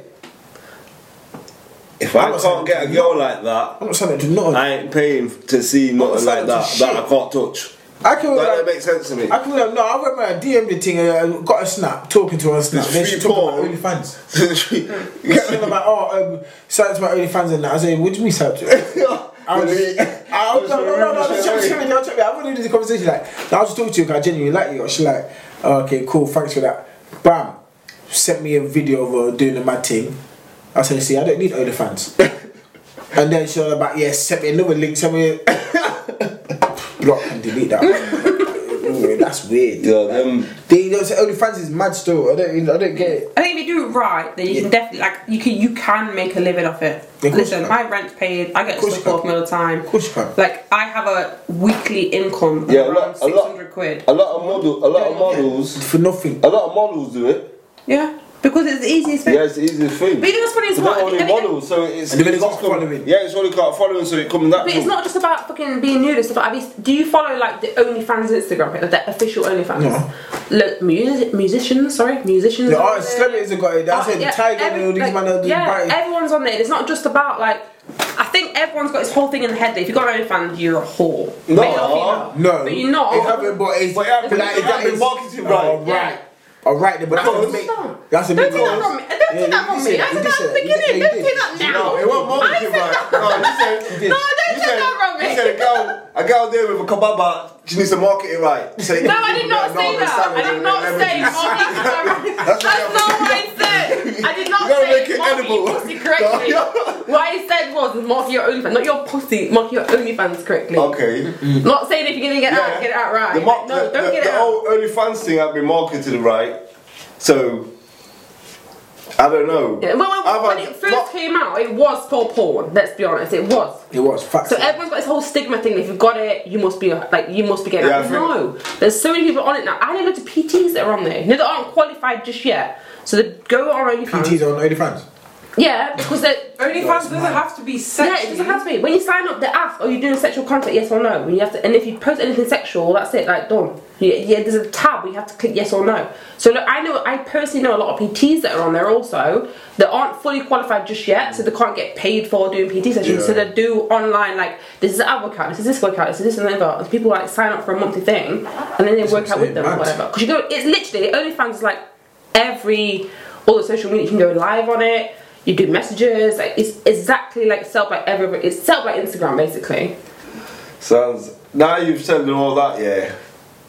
Speaker 2: If I
Speaker 6: I'm not
Speaker 2: can't
Speaker 6: saying-
Speaker 2: get a girl like that,
Speaker 6: I'm not saying that to not.
Speaker 2: I ain't paying to see nothing
Speaker 6: saying
Speaker 2: like
Speaker 6: that
Speaker 2: that
Speaker 6: to
Speaker 2: that
Speaker 6: shit.
Speaker 2: I can't touch.
Speaker 6: I can
Speaker 2: That
Speaker 6: like,
Speaker 2: don't make sense to me.
Speaker 6: I can like, no, I went man, DM the thing, uh, got a snap, talking to her on snap.
Speaker 2: There's
Speaker 6: Then she
Speaker 2: free
Speaker 6: talked about
Speaker 2: porn. (laughs)
Speaker 6: OnlyFans.
Speaker 2: Get
Speaker 6: She's like, oh, um, shout out to my OnlyFans and that. I said, what do you mean,
Speaker 2: (laughs)
Speaker 6: shout out to it? I was just, I was, no, no, no, no, just check, check me, no, check me. I wasn't even in the conversation. Like, I was just talking to you 'cause I genuinely like you. She's like, oh, okay, cool, thanks for that. Bam, sent me a video of her doing the mad thing. I said, see, I don't need OnlyFans.
Speaker 2: (laughs)
Speaker 6: and then she was like, yeah, sent me another link, sent me
Speaker 2: (laughs)
Speaker 6: block and delete that. Ooh, that's weird.
Speaker 2: (laughs) Yeah, them-
Speaker 6: They don't say OnlyFans is mad still. I don't, I don't get it.
Speaker 1: I think if you do it right, then you
Speaker 6: Yeah.
Speaker 1: can definitely like you can you can make a living off it.
Speaker 6: course
Speaker 1: Listen,
Speaker 6: you can.
Speaker 1: my rent's paid. I get
Speaker 6: course
Speaker 1: stuff
Speaker 6: you
Speaker 1: off
Speaker 6: can.
Speaker 1: me all the time.
Speaker 6: course you can.
Speaker 1: Like I have a weekly income of
Speaker 2: Yeah, a
Speaker 1: around
Speaker 2: lot, a
Speaker 1: six
Speaker 2: lot,
Speaker 1: hundred quid.
Speaker 2: a lot of model, a lot of models,
Speaker 6: For nothing.
Speaker 2: a lot of models do it.
Speaker 1: Yeah, because it's the easiest thing.
Speaker 2: Yeah, it's the easiest thing.
Speaker 1: But you know what's funny is
Speaker 2: They're
Speaker 1: what?
Speaker 2: not only
Speaker 1: Have you-
Speaker 2: models, so it's
Speaker 6: And they've only
Speaker 2: it's
Speaker 6: got
Speaker 2: come-
Speaker 6: following.
Speaker 2: Yeah, it's only got a following, so it comes
Speaker 1: But
Speaker 2: natural.
Speaker 1: it's not just about fucking being nudist. About have you, do you follow like the OnlyFans Instagram, like the official OnlyFans?
Speaker 6: No.
Speaker 1: Look, music, musicians. Sorry, musicians.
Speaker 6: The
Speaker 1: are on
Speaker 6: artists,
Speaker 1: there.
Speaker 6: celebrities have got it. That's
Speaker 1: Oh,
Speaker 6: it.
Speaker 1: yeah,
Speaker 6: The Tiger
Speaker 1: every-
Speaker 6: and all these
Speaker 1: like,
Speaker 6: man are doing
Speaker 1: Yeah,
Speaker 6: biting.
Speaker 1: everyone's on it. It's not just about like. I think everyone's got this whole thing in the head that if you've got an OnlyFans, you're a whore.
Speaker 2: No.
Speaker 1: Male or female.
Speaker 6: No,
Speaker 1: But you're not.
Speaker 6: It happened, but it's
Speaker 2: But it happened-
Speaker 6: like,
Speaker 2: it
Speaker 6: that
Speaker 2: happened
Speaker 6: is-
Speaker 2: marketing, right?
Speaker 6: All right, all right. Then, but that's
Speaker 2: Because-
Speaker 6: a make.
Speaker 1: Don't.
Speaker 6: That's a
Speaker 1: Don't
Speaker 6: make.
Speaker 1: take that from me. Don't
Speaker 6: Yeah,
Speaker 1: take that from me.
Speaker 6: you did say
Speaker 1: I said
Speaker 6: that.
Speaker 1: that at the
Speaker 6: You did-
Speaker 1: beginning.
Speaker 6: you
Speaker 1: Don't
Speaker 6: did.
Speaker 1: take that now.
Speaker 2: No, it
Speaker 1: I
Speaker 2: wasn't marketing,
Speaker 1: said
Speaker 2: right?
Speaker 1: that.
Speaker 2: No, you said (laughs) you did.
Speaker 1: No, don't
Speaker 2: you
Speaker 1: take
Speaker 2: said,
Speaker 1: that from me.
Speaker 2: You said a girl, a girl there with a kebab, uh, she needs to market it right. You said-
Speaker 1: No, I did not
Speaker 2: No,
Speaker 1: say
Speaker 2: I'm
Speaker 1: that. I
Speaker 2: savage,
Speaker 1: did not
Speaker 2: I'm
Speaker 1: say
Speaker 2: savage.
Speaker 1: mommy.
Speaker 2: That's
Speaker 6: (laughs)
Speaker 1: That's not what I said. I did not
Speaker 2: You gotta
Speaker 1: say
Speaker 2: make it
Speaker 1: mommy
Speaker 2: edible.
Speaker 1: pussy
Speaker 6: (laughs)
Speaker 1: correctly.
Speaker 2: No.
Speaker 1: What I said was mark your OnlyFans, not your pussy. Mark your OnlyFans correctly.
Speaker 6: Um,
Speaker 2: Okay.
Speaker 1: Not saying if you're gonna get it out, get it out right.
Speaker 2: The mar-
Speaker 1: no,
Speaker 2: the,
Speaker 1: don't
Speaker 2: the,
Speaker 1: get
Speaker 2: the
Speaker 1: it out.
Speaker 2: whole OnlyFans thing I've been marketed right, so I don't know.
Speaker 1: Yeah, well, when,
Speaker 2: I've
Speaker 1: when
Speaker 2: had-
Speaker 1: it first
Speaker 2: not-
Speaker 1: came out, it was for porn. Let's be honest, it was.
Speaker 6: It was facts.
Speaker 1: So everyone's got this whole stigma thing. If you've got it, you must be like you must be getting.
Speaker 2: Yeah,
Speaker 1: it.
Speaker 2: I
Speaker 1: no, there's so many people on it now. I know loads of PTs that are on there. You know that aren't qualified just yet. So they go on OnlyFans.
Speaker 6: PTs on OnlyFans.
Speaker 1: Yeah, because they're
Speaker 3: Only fans doesn't have to be
Speaker 1: yeah,
Speaker 3: sexy.
Speaker 1: it doesn't have to be. When you sign up, they ask, "Are you doing sexual content? Yes or no?" And you have to, and if you post anything sexual, that's it. Like done. Yeah, yeah, there's a tab where you have to click yes or no. So look, I know, I personally know a lot of PTs that are on there also that aren't fully qualified just yet, so they can't get paid for doing PT sessions. So they do online like this is our workout, this is this workout, this is this and that. And people like sign up for a monthly thing, and then they work out with
Speaker 6: insane,
Speaker 1: them or
Speaker 6: mad.
Speaker 1: whatever. Because you go, it's literally OnlyFans is like every all the social media. You can go live on it. You do messages. Like it's exactly like self like every. It's self like Instagram basically.
Speaker 2: Sounds. Now you've said and all that, yeah.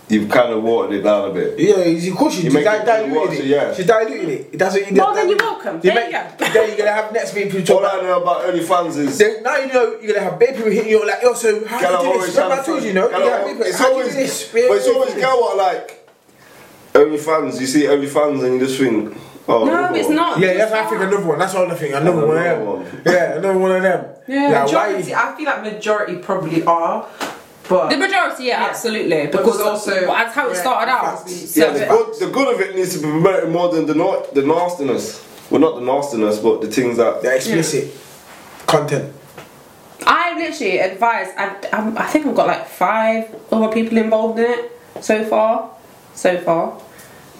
Speaker 2: You've kind of watered it down a bit.
Speaker 6: Yeah, you- of course you,
Speaker 2: You
Speaker 6: you
Speaker 2: make it-
Speaker 6: di-
Speaker 2: you
Speaker 6: diluted
Speaker 2: watch
Speaker 6: it.
Speaker 2: it, yeah.
Speaker 6: She diluted it. That's what you did.
Speaker 1: Well, then you're welcome. There you go.
Speaker 6: (laughs) Then you're gonna have next week people talk
Speaker 2: All
Speaker 6: about.
Speaker 2: I know about OnlyFans is.
Speaker 6: Then now you know you're gonna have baby people hitting you like, yo, so how
Speaker 2: Girl,
Speaker 6: do you do
Speaker 2: always
Speaker 6: this? Remember I
Speaker 2: have
Speaker 6: told
Speaker 2: fun.
Speaker 6: you, you know,
Speaker 2: Girl,
Speaker 6: you have
Speaker 2: always-
Speaker 6: people,
Speaker 2: it's
Speaker 6: how do you
Speaker 2: always
Speaker 6: do this?
Speaker 2: But it's
Speaker 6: Yeah,
Speaker 2: always
Speaker 6: yeah.
Speaker 2: girl what like OnlyFans. You see OnlyFans and you just think, oh.
Speaker 1: No, it's not.
Speaker 6: Yeah, that's I think another one. That's another thing. Another, one of them.
Speaker 2: Another one.
Speaker 6: Yeah, another one of them.
Speaker 1: Yeah.
Speaker 6: Like, why?
Speaker 3: Majority, I feel like majority probably are,
Speaker 1: The
Speaker 3: but
Speaker 1: majority, yeah,
Speaker 3: Yeah.
Speaker 1: absolutely, because
Speaker 3: Because also-
Speaker 1: well, that's how it
Speaker 3: yeah,
Speaker 1: started out.
Speaker 3: exactly.
Speaker 2: Yeah,
Speaker 1: So
Speaker 2: the good, the good of it needs to be promoted more than the na- the nastiness. Well, not the nastiness, but the things that.
Speaker 6: The explicit content.
Speaker 1: I literally advised. I, I'm- I think I've got like five other people involved in it so far. So far,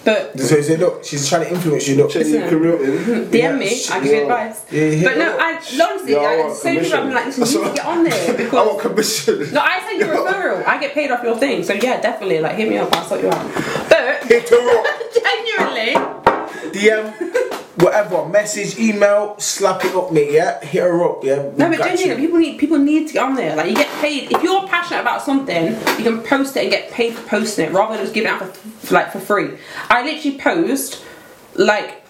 Speaker 1: But
Speaker 6: So you say, look, she's trying to influence you, look.
Speaker 2: Check your career in.
Speaker 1: (laughs) DM me, I give you advice.
Speaker 6: Yeah, yeah.
Speaker 1: but no, I honestly,
Speaker 2: Yeah, I
Speaker 1: I,
Speaker 2: want
Speaker 1: so many people have been
Speaker 2: (laughs)
Speaker 1: like, you
Speaker 2: commission.
Speaker 1: need to get on there
Speaker 2: I want
Speaker 1: because.
Speaker 2: commission.
Speaker 1: No, I send you a referral. I get paid off your thing, so yeah, definitely. Like, hit me up. I'll sort you out. But
Speaker 6: Hit her up.
Speaker 1: (laughs) genuinely,
Speaker 6: DM, whatever, message, email, slap it up, mate. Yeah, hit her up. Yeah.
Speaker 1: no, but genuinely, people need people need to get on there. Like, you get paid if you're passionate about something, you can post it and get paid for posting it rather than just giving it out for like for free. I literally post like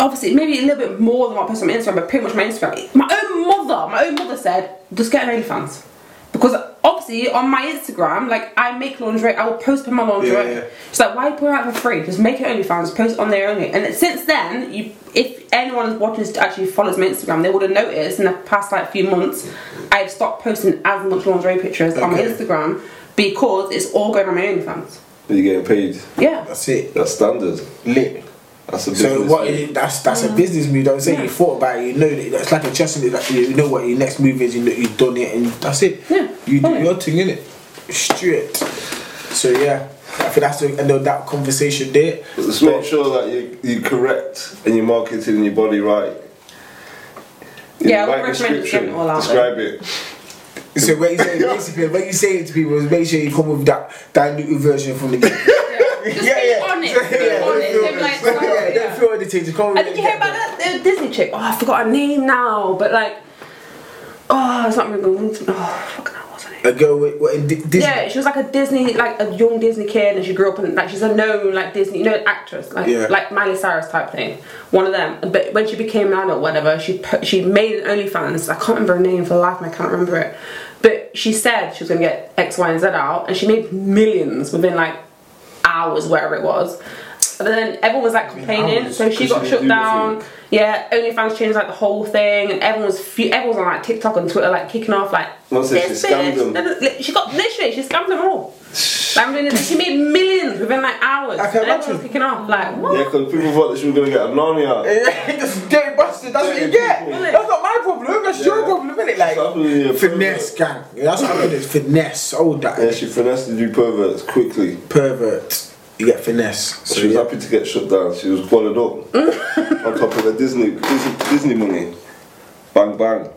Speaker 1: obviously maybe a little bit more than what I post on my Instagram, but pretty much my Instagram. My own mother, my own mother said, just get an OnlyFans. Because obviously on my Instagram, like I make lingerie, I will post my lingerie.
Speaker 6: Yeah, yeah.
Speaker 1: She's like, why put it out for free? Just make it OnlyFans, post it on there only. And since then, you if anyone is watching this actually follows my Instagram, they would have noticed in the past like few months, I've stopped posting as much lingerie pictures on my
Speaker 6: Okay.
Speaker 1: Instagram because it's all going on my OnlyFans.
Speaker 2: (laughs) You're getting paid.
Speaker 1: Yeah.
Speaker 6: That's it.
Speaker 2: That's standard.
Speaker 6: Lit.
Speaker 2: That's a business.
Speaker 6: So what?
Speaker 2: mate.
Speaker 6: you- that's that's a business move. I'm saying you thought about it. You know that that's like a chess move. Like you know what your next move is. You know you've done it, and that's it.
Speaker 1: Yeah,
Speaker 6: You do
Speaker 1: totally.
Speaker 6: your thing in it, straight. So yeah, I think that's the end of that conversation there.
Speaker 2: Just make sure that you you correct and you're marketing your body right. In
Speaker 1: Yeah, I
Speaker 2: the
Speaker 1: would recommend just getting it all out
Speaker 2: Describe it.
Speaker 6: So what you saying basically? What you saying to people is make sure you come with that diluted version from the game. (laughs)
Speaker 1: Just be honest. Be honest. Don't be like,
Speaker 6: Yeah,
Speaker 1: "Oh,
Speaker 6: yeah, don't
Speaker 1: yeah."
Speaker 6: feel anything. Just come
Speaker 1: And did you hear about that the Disney chick? Oh, I forgot her name now, but like, oh, it's not really going to. Oh, fucking hell, what's her name?
Speaker 6: A girl with what in Di- Disney.
Speaker 1: Yeah, she was like a Disney, like a young Disney kid, and she grew up in like she's a known like Disney, you know, actress, like
Speaker 6: Yeah.
Speaker 1: like Miley Cyrus type thing, one of them. But when she became an adult, whatever, she put, she made an OnlyFans. I can't remember her name for the life, of me, I can't remember it. But she said she was gonna get X, Y, and Z out, and she made millions within like hours, wherever it was. But then everyone was like complaining,
Speaker 6: hours,
Speaker 1: so she
Speaker 2: 'cause
Speaker 1: got
Speaker 2: she
Speaker 1: shut
Speaker 2: didn't do
Speaker 1: down.
Speaker 2: anything.
Speaker 1: Yeah, OnlyFans changed like the whole thing, and everyone was fe- everyone was on like TikTok and Twitter, like kicking off like.
Speaker 2: Once they
Speaker 1: this
Speaker 2: scammed
Speaker 1: bitch,
Speaker 2: them.
Speaker 1: Li- She got literally she scammed them all. Like, I'm doing this. She made millions within like hours.
Speaker 6: I can
Speaker 1: and everyone's
Speaker 6: imagine.
Speaker 1: kicking off like what?
Speaker 2: Yeah, because people thought that she was gonna get a
Speaker 6: Eh.
Speaker 2: Narnia.
Speaker 6: Just get busted, that's what you get.
Speaker 1: Really?
Speaker 6: That's not my problem, that's your
Speaker 2: Yeah.
Speaker 6: problem, isn't it? Like,
Speaker 2: That's happening in your
Speaker 6: finesse, gang. Yeah, That's what happened, is finesse, all that.
Speaker 2: Yeah, she finessed you perverts quickly.
Speaker 6: Pervert, you get finesse. So
Speaker 2: She was
Speaker 6: yeah.
Speaker 2: happy to get shut down. She was qualified
Speaker 6: (laughs)
Speaker 2: up on top of the Disney Disney, Disney money. Bang bang.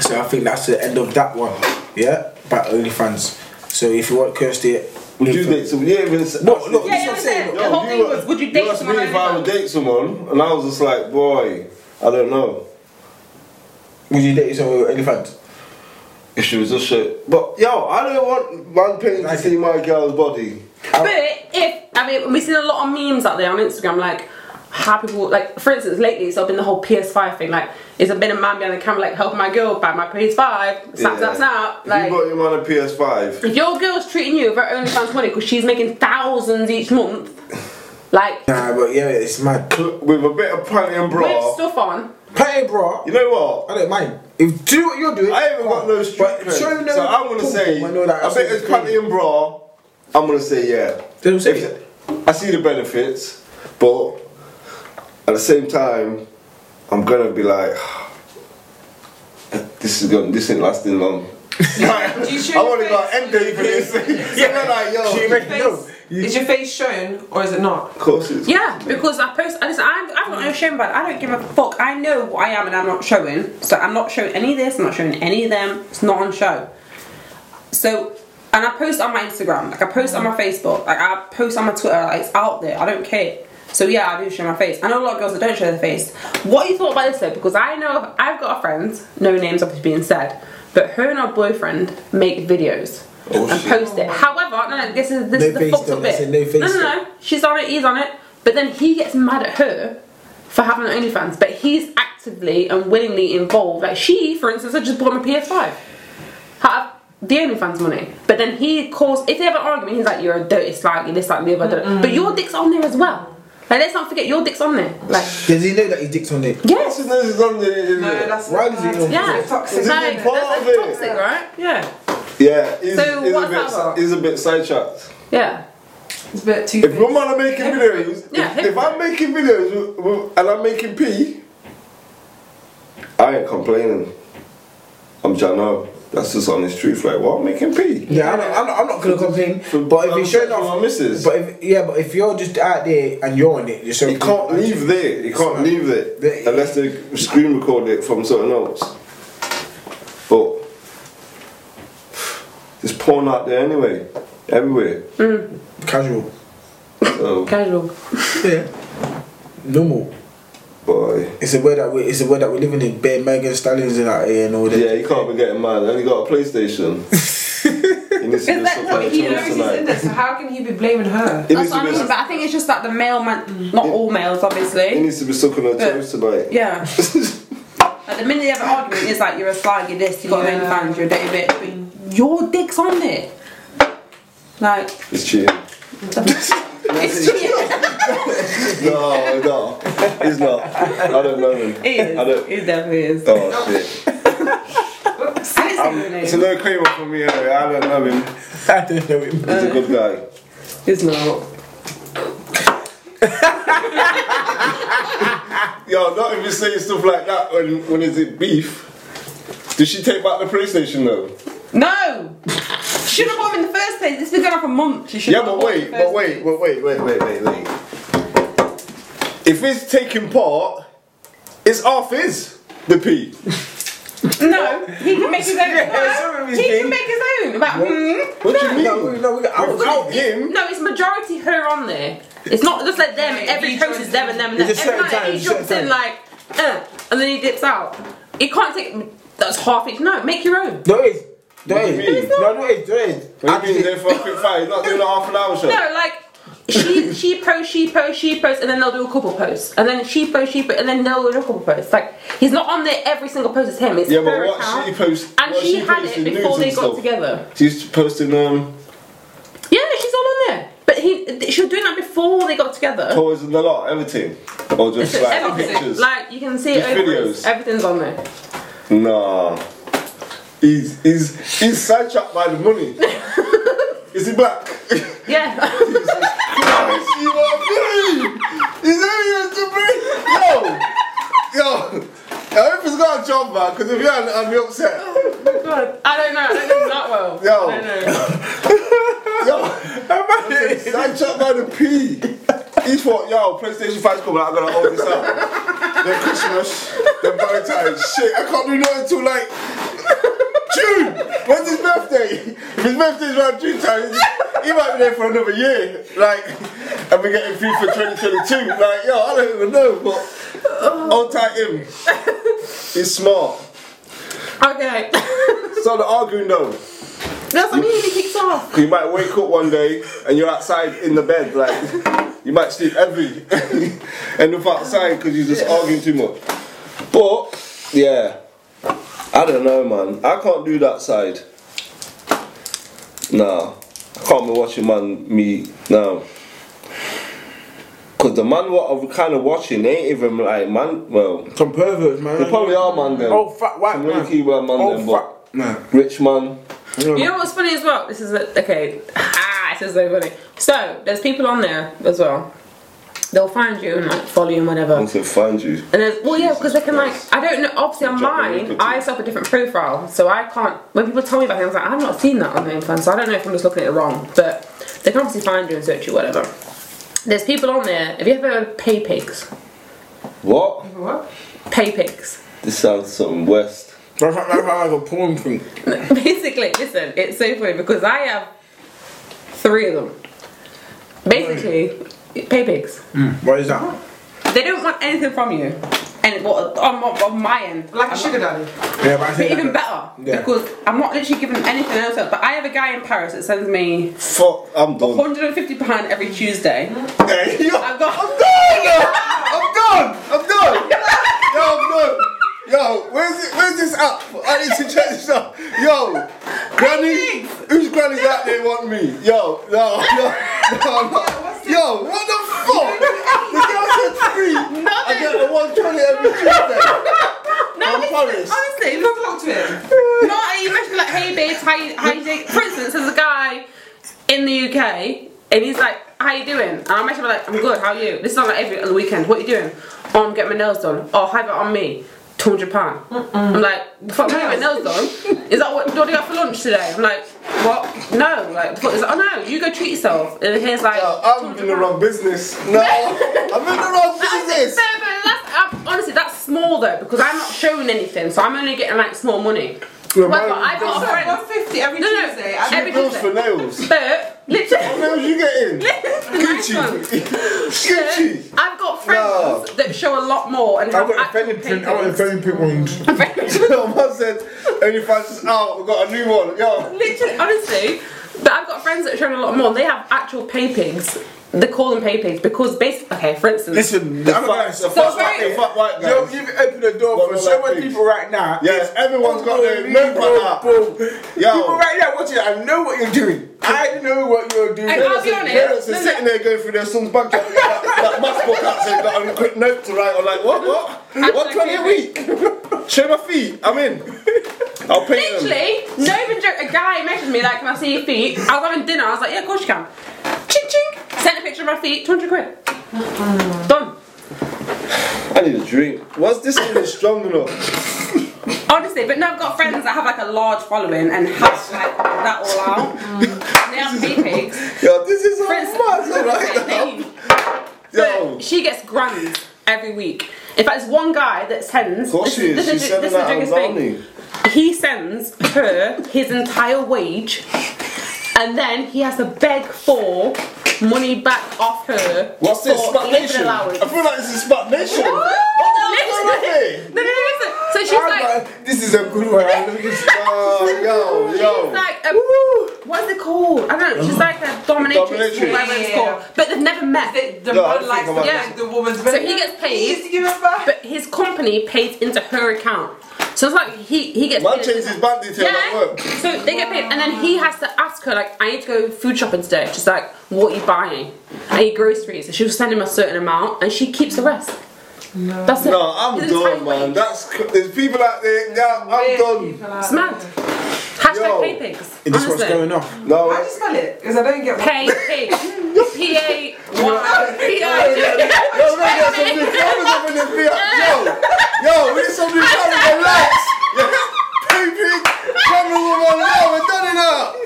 Speaker 6: So I think that's the end of that one, yeah? About OnlyFans. So if you want Kirsty,
Speaker 2: Would you date someone? Yeah, even s-
Speaker 6: No, no,
Speaker 1: Yeah,
Speaker 6: that's
Speaker 1: yeah,
Speaker 6: what I'm
Speaker 1: yeah.
Speaker 6: saying.
Speaker 1: The whole thing
Speaker 2: you
Speaker 1: was,
Speaker 2: asked-
Speaker 1: would you
Speaker 2: you
Speaker 1: date
Speaker 2: asked
Speaker 1: someone
Speaker 2: me if I
Speaker 1: on
Speaker 2: would date someone, and I was just like, boy, I don't know.
Speaker 6: Would you date someone with OnlyFans?
Speaker 2: If she was just shit. But yo, I don't want man paying to see my girl's body.
Speaker 1: But if I mean, we've seen a lot of memes out there on Instagram, like how people like, for instance, lately it's been the whole PS5 thing. Like, it's been a man behind the camera, like helping my girl buy my PS5, snap, snap, snap.
Speaker 2: If you bought
Speaker 1: Like,
Speaker 2: your man a
Speaker 1: (laughs)
Speaker 2: PS5.
Speaker 1: if your girl's treating you with her OnlyFans money because she's making thousands each month, like
Speaker 6: Nah, but yeah, it's mad.
Speaker 2: With a bit of panty and
Speaker 1: with
Speaker 2: bra.
Speaker 1: stuff on,
Speaker 6: Hey, bro.
Speaker 2: You know what?
Speaker 6: I don't mind. If do what you're doing,
Speaker 2: I haven't got no street
Speaker 6: But
Speaker 2: cred.
Speaker 6: show no
Speaker 2: so I'm gonna
Speaker 6: pum
Speaker 2: say,
Speaker 6: pum and all that,
Speaker 2: I
Speaker 6: that's
Speaker 2: bet
Speaker 6: what
Speaker 2: it's
Speaker 6: you're doing.
Speaker 2: panty and bra. I'm gonna say yeah.
Speaker 6: Then say
Speaker 2: If-
Speaker 6: it.
Speaker 2: I see the benefits, but at the same time, I'm gonna be like, (sighs) this is going, this ain't lasting long.
Speaker 3: Do you show
Speaker 2: I
Speaker 3: your
Speaker 2: want to go
Speaker 3: face?
Speaker 2: end day for this. (laughs) yeah, like
Speaker 6: She
Speaker 2: yo.
Speaker 6: make- no.
Speaker 3: Face- Is your face showing or is it not?
Speaker 2: Of course it's.
Speaker 1: Yeah, because I post. I listen, I'm, I've got no shame about it. I don't give a fuck. I know what I am and I'm not showing. So I'm not showing any of this. I'm not showing any of them. It's not on show. So, and I post on my Instagram. Like I post on my Facebook. Like I post on my Twitter. Like it's out there. I don't care. So yeah, I do show my face. I know a lot of girls that don't show their face. What you thought about this though? Because I know I've got a friend. No names obviously being said, but her and her boyfriend make videos. and
Speaker 2: shit.
Speaker 1: post it. However, no, no, this is this
Speaker 6: Oh, No
Speaker 1: is the
Speaker 6: face
Speaker 1: fucked
Speaker 6: though,
Speaker 1: up
Speaker 6: that's
Speaker 1: bit.
Speaker 6: it, no face
Speaker 1: no, no,
Speaker 6: though.
Speaker 1: no. She's on it, he's on it, but then he gets mad at her for having an OnlyFans, but he's actively and willingly involved. Like she, for instance, had just bought him a PS5. Out of the OnlyFans money. But then he calls if they have an argument, he's like, You're a dirty slag, you're this, like the other. But your dick's on there as well. Like let's not forget your dick's on there. Like
Speaker 6: Does he know that he dick's on it?
Speaker 2: Yes,
Speaker 1: Yes.
Speaker 2: it's- it's on the- isn't
Speaker 3: No,
Speaker 2: it?
Speaker 3: Uh, that's
Speaker 6: Why does it look-
Speaker 1: Yeah.
Speaker 3: It's toxic.
Speaker 2: Like-
Speaker 1: Like,
Speaker 2: It's
Speaker 1: that's,
Speaker 2: part of
Speaker 1: that's
Speaker 2: it.
Speaker 1: toxic, right? Yeah.
Speaker 2: Yeah, he's,
Speaker 1: So
Speaker 2: he's, a
Speaker 1: what's that
Speaker 2: bit,
Speaker 1: about?
Speaker 2: he's a bit sidetracked.
Speaker 1: Yeah.
Speaker 3: It's a bit too.
Speaker 2: If your man are making videos,
Speaker 1: Yeah,
Speaker 2: if,
Speaker 1: hit
Speaker 2: if I'm making videos w- w- and I'm making pee, I ain't complaining. I'm Jano. That's just honest truth. Like, what? Making pee.
Speaker 6: Yeah, I'm not, I'm not, I'm not gonna complain. But if
Speaker 2: um,
Speaker 6: you're showing
Speaker 2: sexual
Speaker 6: off,
Speaker 2: misses.
Speaker 6: but if, yeah, but if you're just out there and you're on it, you're so
Speaker 2: You can't leave there. You can't leave it
Speaker 6: The-
Speaker 2: unless they screen record it from something else. But there's porn out there anyway, everywhere.
Speaker 3: Hmm.
Speaker 6: casual.
Speaker 2: So,
Speaker 1: Casual.
Speaker 6: Yeah, normal.
Speaker 2: boy.
Speaker 6: It's a word that we it's a word that we're living in. Bear Megan Stallions and out here and all that.
Speaker 2: Yeah, you can't be getting mad. I only got a
Speaker 3: (laughs)
Speaker 2: PlayStation. he needs to do
Speaker 3: That, no,
Speaker 2: something
Speaker 3: but he knows he's in
Speaker 2: tonight.
Speaker 3: there, so how can he be blaming her?
Speaker 2: He
Speaker 1: That's
Speaker 2: needs
Speaker 1: what
Speaker 2: to
Speaker 1: I
Speaker 2: be-
Speaker 1: mean, but I think it's just that the male man,
Speaker 2: Mm.
Speaker 1: not all males,
Speaker 2: he
Speaker 1: obviously.
Speaker 2: needs to be sucking her toes tonight.
Speaker 1: Yeah. Like the minute you have an argument, it's like you're a slag, you're this, you've got
Speaker 3: Yeah.
Speaker 1: no fans, you're a dirty bitch. But your dick's on it. Like,
Speaker 2: (laughs) It's cheating.
Speaker 1: it's cheating.
Speaker 2: No, no, he's not. I don't know him.
Speaker 1: It is.
Speaker 2: I don't.
Speaker 1: It definitely is.
Speaker 2: Oh shit! um, It's a no claim for me. Anyway. I don't know him.
Speaker 6: (laughs) I don't know. It.
Speaker 2: He's a good guy.
Speaker 1: It's not.
Speaker 2: Yo, not if you say stuff like that when when is it beef? Did she take back the PlayStation though?
Speaker 1: No! Should have bought him in the first place. This has been going on for months. You should
Speaker 2: Yeah, but wait, but wait, but wait, wait, wait, wait, wait. If he's taking part, it's half his the P.
Speaker 1: No, he can make his
Speaker 2: (laughs)
Speaker 1: own.
Speaker 6: Yeah, some
Speaker 1: No,
Speaker 6: of
Speaker 1: he
Speaker 6: his
Speaker 1: can
Speaker 6: thing.
Speaker 1: make his own. About, mm.
Speaker 2: What do you mean?
Speaker 6: No, no, we got out.
Speaker 2: Without him,
Speaker 1: No, it's majority her on there. It's not just like them. Every post is them and them and them.
Speaker 6: It's a
Speaker 1: Every
Speaker 6: certain
Speaker 1: night he
Speaker 6: time,
Speaker 1: jumps
Speaker 6: certain
Speaker 1: in
Speaker 6: time.
Speaker 1: like, uh, and then he dips out. You can't take. That's half each. No, make your own.
Speaker 6: No, it is. No,
Speaker 2: What do you
Speaker 6: it is.
Speaker 2: mean?
Speaker 6: No, no, it is. No, it is.
Speaker 2: what do you mean there for a quick fight? He's not doing a half an hour shot.
Speaker 1: No, like. she she posts, she posts, she posts, and then they'll do a couple posts, and then she posts, she posts, and then they'll do a couple posts. Like he's not on there every single post. It's him. It's
Speaker 2: Yeah, but
Speaker 1: her
Speaker 2: what
Speaker 1: account.
Speaker 2: she posts,
Speaker 1: And
Speaker 2: what
Speaker 1: she, had
Speaker 2: posting
Speaker 1: it before
Speaker 2: nudes
Speaker 1: they
Speaker 2: and
Speaker 1: got
Speaker 2: stuff.
Speaker 1: together.
Speaker 2: She's posting um
Speaker 1: Yeah, she's all on there. But he, she was doing that before they got together.
Speaker 2: toys and the lot, everything, or
Speaker 1: (laughs)
Speaker 2: just
Speaker 1: So
Speaker 2: like
Speaker 1: everything,
Speaker 2: pictures.
Speaker 1: like you can see it
Speaker 2: Just
Speaker 1: over
Speaker 2: videos.
Speaker 1: Everything's on there.
Speaker 2: Nah. He's he's he's sidetracked by
Speaker 1: (laughs)
Speaker 2: the money. Is he (laughs) black?
Speaker 1: Yeah. (laughs) Oh
Speaker 2: Christ, you are free! He's only to bring Yo! Yo! I hope he's got a job man, because if he hadn't, I'd be upset.
Speaker 1: I don't know. I don't know him that well.
Speaker 2: Yo.
Speaker 1: I don't know.
Speaker 2: Yo! Sidetracked by the P. He thought, yo, PlayStation 5's coming out, I gotta hold this up. Then Christmas, then Valentine's. Shit, I can't do nothing until like June! When's his birthday? If his birthday's around June time, he might be there for another year. Like, and we're getting FIFA 2022. Like, yo, I don't even know, but I'll tie him. He's smart.
Speaker 1: Okay. (laughs)
Speaker 2: So the arguing though,
Speaker 1: That's what I mean. He kicks off.
Speaker 2: you might wake up one day and you're outside in the bed, like, (laughs) you might sleep every (laughs) end up outside because you're just arguing too much. But, yeah, I don't know, man. I can't do that side. Nah, I can't be watching man me now. Cause the man what I'm kind of watching they ain't even like man. Well,
Speaker 6: Some perverts, man.
Speaker 2: they probably are man then.
Speaker 6: Oh, fat white
Speaker 2: Some
Speaker 6: man.
Speaker 2: Really man, man
Speaker 6: Oh,
Speaker 2: then,
Speaker 6: fuck.
Speaker 2: but
Speaker 6: Nah.
Speaker 2: rich man.
Speaker 1: You know what's funny as well? This is okay. Ah, this is so funny. So there's people on there as well. They'll find you and like follow you and whatever.
Speaker 2: Once they find you,
Speaker 1: And there's, well, yeah, because they can like, I don't know. Obviously, on
Speaker 2: Jack the
Speaker 1: mine,
Speaker 2: Ripper
Speaker 1: I
Speaker 2: too.
Speaker 1: set up a different profile, so I can't. When people tell me about things, like I've not seen that on the influencer. So I don't know if I'm just looking at it wrong, but they can obviously find you and search you, whatever. There's people on there. Have you ever heard of pay pigs?
Speaker 2: what?
Speaker 3: What?
Speaker 1: Pay pigs. (laughs)
Speaker 2: This sounds something West.
Speaker 6: That's like, that's like a porn thing.
Speaker 1: Basically, listen, it's so funny because I have three of them. Basically, pay pigs.
Speaker 6: What is that?
Speaker 1: They don't want anything from you, and what on, on, on my end,
Speaker 3: Like a
Speaker 1: I'm not-
Speaker 3: sugar daddy.
Speaker 6: Yeah, but I
Speaker 1: But
Speaker 6: think
Speaker 1: even
Speaker 6: like
Speaker 1: better
Speaker 6: Yeah.
Speaker 1: because I'm not literally giving them anything else up. But I have a guy in Paris that sends me
Speaker 2: Fuck, I'm (laughs) done.
Speaker 1: 150 pound every Tuesday.
Speaker 2: Hey, (laughs) yo,
Speaker 1: I've got
Speaker 2: I'm done. I'm done. Yo, I'm done. Yo, where's it, where's this app? I need to check this out. Yo, Granny, whose granny's out there want me? Yo, no, (laughs) no, no, no. Yo, what the fuck? The girl said three. I get the one twenty every Tuesday.
Speaker 1: no,
Speaker 2: I'm
Speaker 1: it's-
Speaker 2: Paris.
Speaker 1: honestly,
Speaker 3: You've
Speaker 1: not,
Speaker 3: not talked to him.
Speaker 1: not even like hey babes, how you, how you doing? For instance, there's a guy in the UK and he's like, how you doing? And I'm actually like, I'm good. How are you? This is not like every other weekend. What are you doing? Oh, I'm getting my nails done. Oh, have it on me. two hundred pound. I'm like, fuck, where my nails gone? Is that what? What do you got for lunch today? I'm like, what? No, like, fuck, he's like, oh no, you go treat yourself. And he's like,
Speaker 2: I'm in the wrong business. No, I'm in the wrong business.
Speaker 1: No, but that's, I'm- honestly, that's small though because I'm not showing anything, so I'm only getting like small money.
Speaker 2: Well,
Speaker 1: Well,
Speaker 2: mine-
Speaker 1: I've got a
Speaker 3: Sorry,
Speaker 1: friend.
Speaker 3: 150 every
Speaker 1: No, no,
Speaker 3: Tuesday. I
Speaker 1: every
Speaker 7: Bills for
Speaker 1: Tuesday. (laughs)
Speaker 7: nails.
Speaker 1: But literally.
Speaker 2: What else you getting?
Speaker 1: Nice one.
Speaker 2: Gucci.
Speaker 1: (laughs)
Speaker 2: (laughs) Gucci.
Speaker 1: I've got friends
Speaker 2: No.
Speaker 1: that show a lot more and
Speaker 6: I
Speaker 1: have
Speaker 6: got a
Speaker 1: actual
Speaker 6: very print. I got a
Speaker 1: papers.
Speaker 6: very print wound.
Speaker 2: No, Mum said, only fans out. We got a new one. Yo.
Speaker 1: Literally, honestly, but I've got friends that show a lot more. They have actual paintings. They call them paintings because basically, okay, for instance,
Speaker 6: Listen,
Speaker 2: The
Speaker 6: I'm
Speaker 2: fuck,
Speaker 6: not
Speaker 2: the
Speaker 6: gonna
Speaker 2: fuck,
Speaker 1: very-
Speaker 2: the fuck white guys.
Speaker 6: Yo, you've opened the door
Speaker 2: Well,
Speaker 6: for
Speaker 2: well,
Speaker 6: so
Speaker 2: like
Speaker 6: many
Speaker 2: these.
Speaker 6: people right now.
Speaker 2: Yes, everyone's got their move like
Speaker 6: Unbelievable.
Speaker 2: Yo.
Speaker 6: People right now watching, I know what you're doing. I know what you're doing.
Speaker 1: And I'll be honest.
Speaker 2: Parents are
Speaker 1: No, no.
Speaker 2: sitting there going through their son's bank account, like, like passport cards, and got a quick note to write. I'm like, what, what, what, twenty a (laughs) week? Show my feet. I'm in. I'll pay them.
Speaker 1: Literally, no even joke. A guy messaged me like, "Can I see your feet?" I was having dinner. I was like, "Yeah, of course you can." Ching ching. Sent a picture of my feet. Two hundred quid. Done.
Speaker 7: I need a drink.
Speaker 2: Was this even strong enough?
Speaker 1: Honestly, but now I've got friends that have like a large following and have like that all out. And They have
Speaker 2: (laughs)
Speaker 1: paintings.
Speaker 2: Yo, this is a
Speaker 1: For instance,
Speaker 2: mad thing right now.
Speaker 1: name.
Speaker 2: Yo,
Speaker 1: But she gets grand every week. In fact, there's one guy that sends.
Speaker 7: Of course she is. She's selling
Speaker 1: the
Speaker 7: that
Speaker 1: biggest
Speaker 7: Alzani.
Speaker 1: He sends her his entire wage, and then he has to beg for money back off her. (gasps)
Speaker 2: what's this?
Speaker 1: for
Speaker 2: Spat
Speaker 1: living
Speaker 2: Nation.
Speaker 1: allowance.
Speaker 2: I feel like this is Spat Nation.
Speaker 1: What?
Speaker 2: What the hell's going on
Speaker 1: Literally.
Speaker 2: here?
Speaker 1: No, no, no, listen. So she's
Speaker 6: I'm
Speaker 1: like,
Speaker 6: like, this is a good one.
Speaker 1: (laughs)
Speaker 6: I love this.
Speaker 2: Oh, Yo, yo,
Speaker 1: she's like, um, what's it called? I don't know. She's like a dominatrix,
Speaker 2: Dominatrix.
Speaker 1: whatever it's
Speaker 3: Yeah.
Speaker 1: called. But they've never met.
Speaker 3: The, the
Speaker 2: No, I
Speaker 3: man
Speaker 2: think
Speaker 3: likes
Speaker 2: I'm like
Speaker 3: the,
Speaker 1: this.
Speaker 3: the woman's
Speaker 1: So he gets paid.
Speaker 3: Please give him back.
Speaker 1: but his company pays into her account. So it's like he he gets
Speaker 2: Man
Speaker 1: paid-
Speaker 2: changed his bank detail at
Speaker 1: yeah.
Speaker 2: work.
Speaker 1: So they get paid, and then he has to ask her like, "I need to go food shopping today." She's like, "What are you buying? I need groceries." And she'll send him a certain amount, and she keeps the rest. No. That's it.
Speaker 2: No, I'm
Speaker 1: It's
Speaker 2: done,
Speaker 1: entirely-
Speaker 2: man. That's c- there's people out there. Yeah, I'm
Speaker 3: Weird
Speaker 2: done.
Speaker 3: people out
Speaker 1: It's mad.
Speaker 3: there.
Speaker 1: Hashtag
Speaker 2: Yo.
Speaker 1: pay pigs.
Speaker 6: Is this what's going on?
Speaker 2: No,
Speaker 3: How do you spell it? Because I don't get
Speaker 1: Pay pig. P A Y P I.
Speaker 2: Yo, we got some new cameras up in this bit. Yo, yo, we need some new cameras. Relax. Yo, baby, camera woman, yo, we're done it up.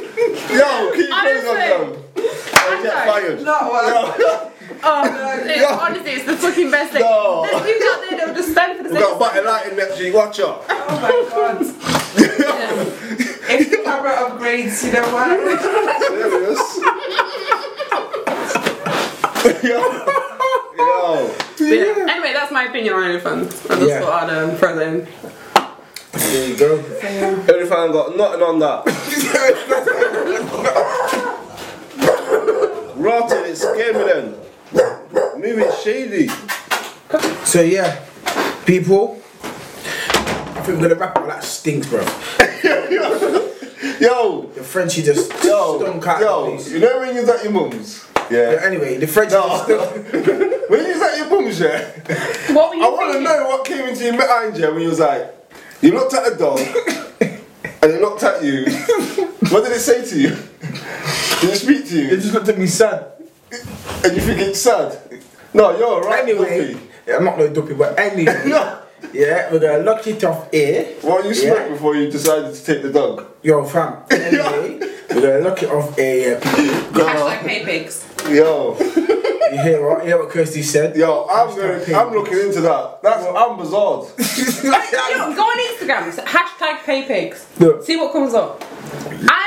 Speaker 2: Yo, keep going on, yo. Yo, get fired.
Speaker 3: Not what I-
Speaker 2: Yo,
Speaker 1: Oh, it's-
Speaker 2: Yo.
Speaker 1: honestly, it's the fucking best thing.
Speaker 2: No.
Speaker 1: There's people out there that will just spend for the
Speaker 2: we
Speaker 1: sake
Speaker 2: got
Speaker 1: of
Speaker 2: a battle lighting next week. Watch out.
Speaker 3: Oh my god. if the camera upgrades, you know what?
Speaker 2: Serious. Yo, yo.
Speaker 1: But yeah. Anyway, that's my opinion on OnlyFans. I just
Speaker 6: Yeah.
Speaker 1: thought I'd um, throw that in.
Speaker 6: There you go.
Speaker 7: Everything got nothing on that.
Speaker 2: Rotted, it scared me then.
Speaker 7: Moving shady.
Speaker 6: So yeah, people. I think we're gonna wrap up that stinks, bro.
Speaker 2: Yo,
Speaker 6: The Frenchie just
Speaker 2: yo,
Speaker 6: stunk out the
Speaker 2: yo.
Speaker 6: place.
Speaker 2: You know when you're at your mum's?
Speaker 6: But
Speaker 2: Yeah.
Speaker 6: anyway, the Frenchie just stunk.
Speaker 2: (laughs) When you're at your mum's, yeah.
Speaker 1: What were you
Speaker 2: I want to
Speaker 1: thinking?
Speaker 2: know what came into your mind, yeah, when you was like, you looked at a
Speaker 6: (laughs)
Speaker 2: dog, and it looked at you. What did it say to you? Did it speak to
Speaker 6: They
Speaker 2: you?
Speaker 6: just looked at me sad.
Speaker 2: And you think it's sad? No, you're alright.
Speaker 6: Anyway,
Speaker 2: puppy.
Speaker 6: yeah, I'm not no dopey, but anyway,
Speaker 2: (laughs) No.
Speaker 6: yeah, we're gonna lock it off here.
Speaker 2: What you
Speaker 6: Yeah.
Speaker 2: smoked before you decided to take the dog?
Speaker 6: Yo,
Speaker 2: (laughs)
Speaker 6: fam. Anyway, we're gonna lock it off here. Yeah,
Speaker 1: Hashtag pay pigs.
Speaker 2: Yo,
Speaker 6: (laughs) You hear what? You hear what Kirsty said? (laughs)
Speaker 2: yo, I'm going I'm looking into that. That's I'm bizarre.
Speaker 1: Yo, go on Instagram. so Hashtag pay pigs.
Speaker 6: Look.
Speaker 1: See what comes up. I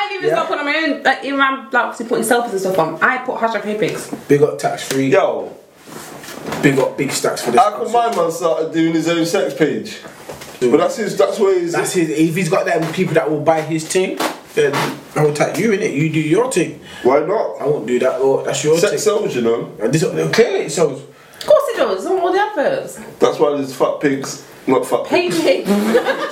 Speaker 1: didn't even
Speaker 6: Yeah.
Speaker 1: stop on my own. Like, even when I'm like, obviously putting selfies and stuff on. I put hashtag pay pigs.
Speaker 6: Big up tax free.
Speaker 2: Yo,
Speaker 6: Big up big stacks for this.
Speaker 2: how come my man started doing his own sex page? But that's his. That's where he's.
Speaker 6: That's his. If he's got them people that will buy his thing, then I will take you in it. You do your thing.
Speaker 2: why
Speaker 6: I
Speaker 2: not?
Speaker 6: won't do that. Or that's your
Speaker 2: Sex
Speaker 6: thing.
Speaker 2: sells, you know.
Speaker 6: And This clearly it sells.
Speaker 1: Of course it does. On all the adverts.
Speaker 2: That's why there's fat pigs. Not fat pigs.
Speaker 1: Pay pigs.
Speaker 6: (laughs)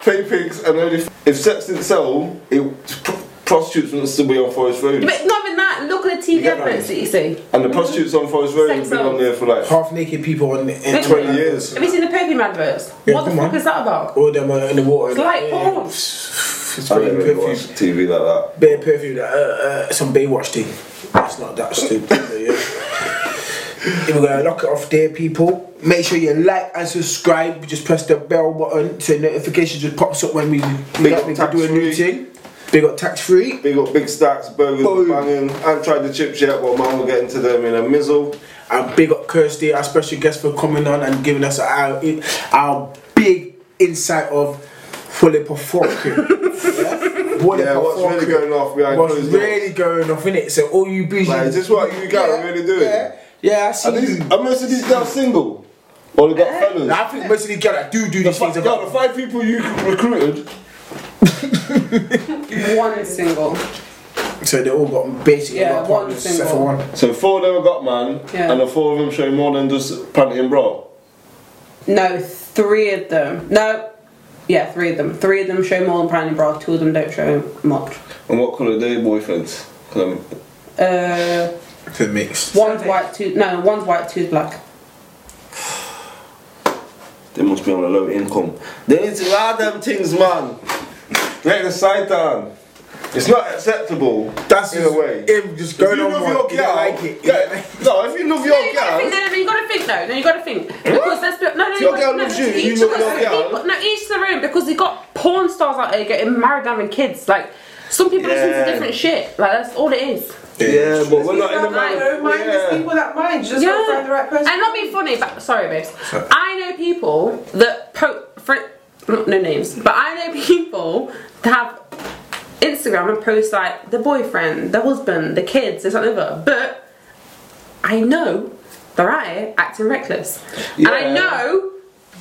Speaker 2: pay pigs and only f- if sex didn't sell, it pr- prostitutes wouldn't still be on Forest Road.
Speaker 1: but not even that. Look at the TV
Speaker 6: get that?
Speaker 1: adverts that you see.
Speaker 2: And the prostitutes on Forest Road
Speaker 1: Sex
Speaker 2: have been on
Speaker 1: sells.
Speaker 2: there for like
Speaker 6: Half naked people on in
Speaker 2: 20 years.
Speaker 1: Have you seen the perfume adverts?
Speaker 6: Yeah,
Speaker 1: what the
Speaker 6: come
Speaker 1: fuck
Speaker 6: on.
Speaker 1: is that about?
Speaker 6: All them uh, in the water.
Speaker 1: It's like porn.
Speaker 6: It's
Speaker 2: I
Speaker 6: fucking
Speaker 2: don't really watch
Speaker 6: perfume.
Speaker 2: TV like that.
Speaker 6: Bare perfume. That, uh, uh, some Baywatch thing. That's not that stupid. but yeah. If we're gonna lock it off there, people. Make sure you like and subscribe. Just press the bell button so notification just pops up when we
Speaker 2: Big
Speaker 6: like
Speaker 2: up
Speaker 6: we
Speaker 2: tax
Speaker 6: do a new
Speaker 2: free.
Speaker 6: thing. Big up tax free.
Speaker 2: Big up big stacks, burgers
Speaker 6: Boom.
Speaker 2: banging. I haven't tried the chips yet, but man, we'll get into them in a mizzle.
Speaker 6: And big up Kirsty, our special guest, for coming on and giving us our our big insight of
Speaker 2: (laughs)
Speaker 6: Fully Perforking. yeah, What they
Speaker 2: Yeah, what's really
Speaker 6: performing.
Speaker 2: going off behind
Speaker 6: What's
Speaker 2: closed doors.
Speaker 6: really going off in it? So all you bougie,
Speaker 2: Like, is this what you guys are really doing?
Speaker 6: Yeah, yeah I see.
Speaker 2: Are, these,
Speaker 6: you.
Speaker 2: are most of these girls single? Or they got fellas?
Speaker 6: I think most of these girls that do do
Speaker 2: The
Speaker 6: these
Speaker 2: fi-
Speaker 6: things
Speaker 2: yo, the
Speaker 6: about
Speaker 2: five people you recruited,
Speaker 3: One single.
Speaker 6: so they all got basically
Speaker 3: Yeah,
Speaker 6: got
Speaker 3: one
Speaker 6: partners
Speaker 3: single.
Speaker 6: except for one.
Speaker 2: so four of them have got man,
Speaker 3: Yeah.
Speaker 2: and the four of them show more than just panty and bra.
Speaker 3: No, three of them. No. Yeah, three of them. Three of them show more than Brandon Bra. Two of them don't show much.
Speaker 2: And what colour are their boyfriends? 'Cause I'm-
Speaker 3: Uh,
Speaker 6: For mixed.
Speaker 3: one's white, two. No, one's white, two's black.
Speaker 2: They must be on a low income. They need to add them things, man. Let the side down. It's not acceptable.
Speaker 6: That's
Speaker 2: in
Speaker 6: just,
Speaker 2: a way.
Speaker 6: Him just
Speaker 2: If
Speaker 6: going
Speaker 2: you
Speaker 6: on
Speaker 2: love
Speaker 6: one,
Speaker 2: your
Speaker 6: you don't
Speaker 2: girl,
Speaker 6: like it.
Speaker 2: yeah, no. If you love
Speaker 1: No,
Speaker 2: (laughs) your
Speaker 1: you gotta think, no,
Speaker 2: girl,
Speaker 1: no, no, you gotta think though. No, you gotta think. Because let's be no, no,
Speaker 2: Your
Speaker 1: no,
Speaker 2: girl
Speaker 1: no,
Speaker 2: loves
Speaker 1: no,
Speaker 2: you,
Speaker 1: each
Speaker 2: you love
Speaker 1: of us-
Speaker 2: your girl.
Speaker 1: people- No, each their own. Because you got porn stars out there getting married and having kids. Like some people listen
Speaker 2: Yeah.
Speaker 1: to different shit. Like that's all it is.
Speaker 2: yeah, but we're not in the
Speaker 3: People that
Speaker 2: man.
Speaker 3: don't mind,
Speaker 2: yeah.
Speaker 3: there's people that mind. You just gotta find the right person.
Speaker 1: And not being funny, but sorry, babes. I know people that po- for, no names, but I know (laughs) people that have Instagram and post like the boyfriend, the husband, the kids, this and the other. But I know they're out here acting reckless, and I
Speaker 2: Yeah.
Speaker 1: know.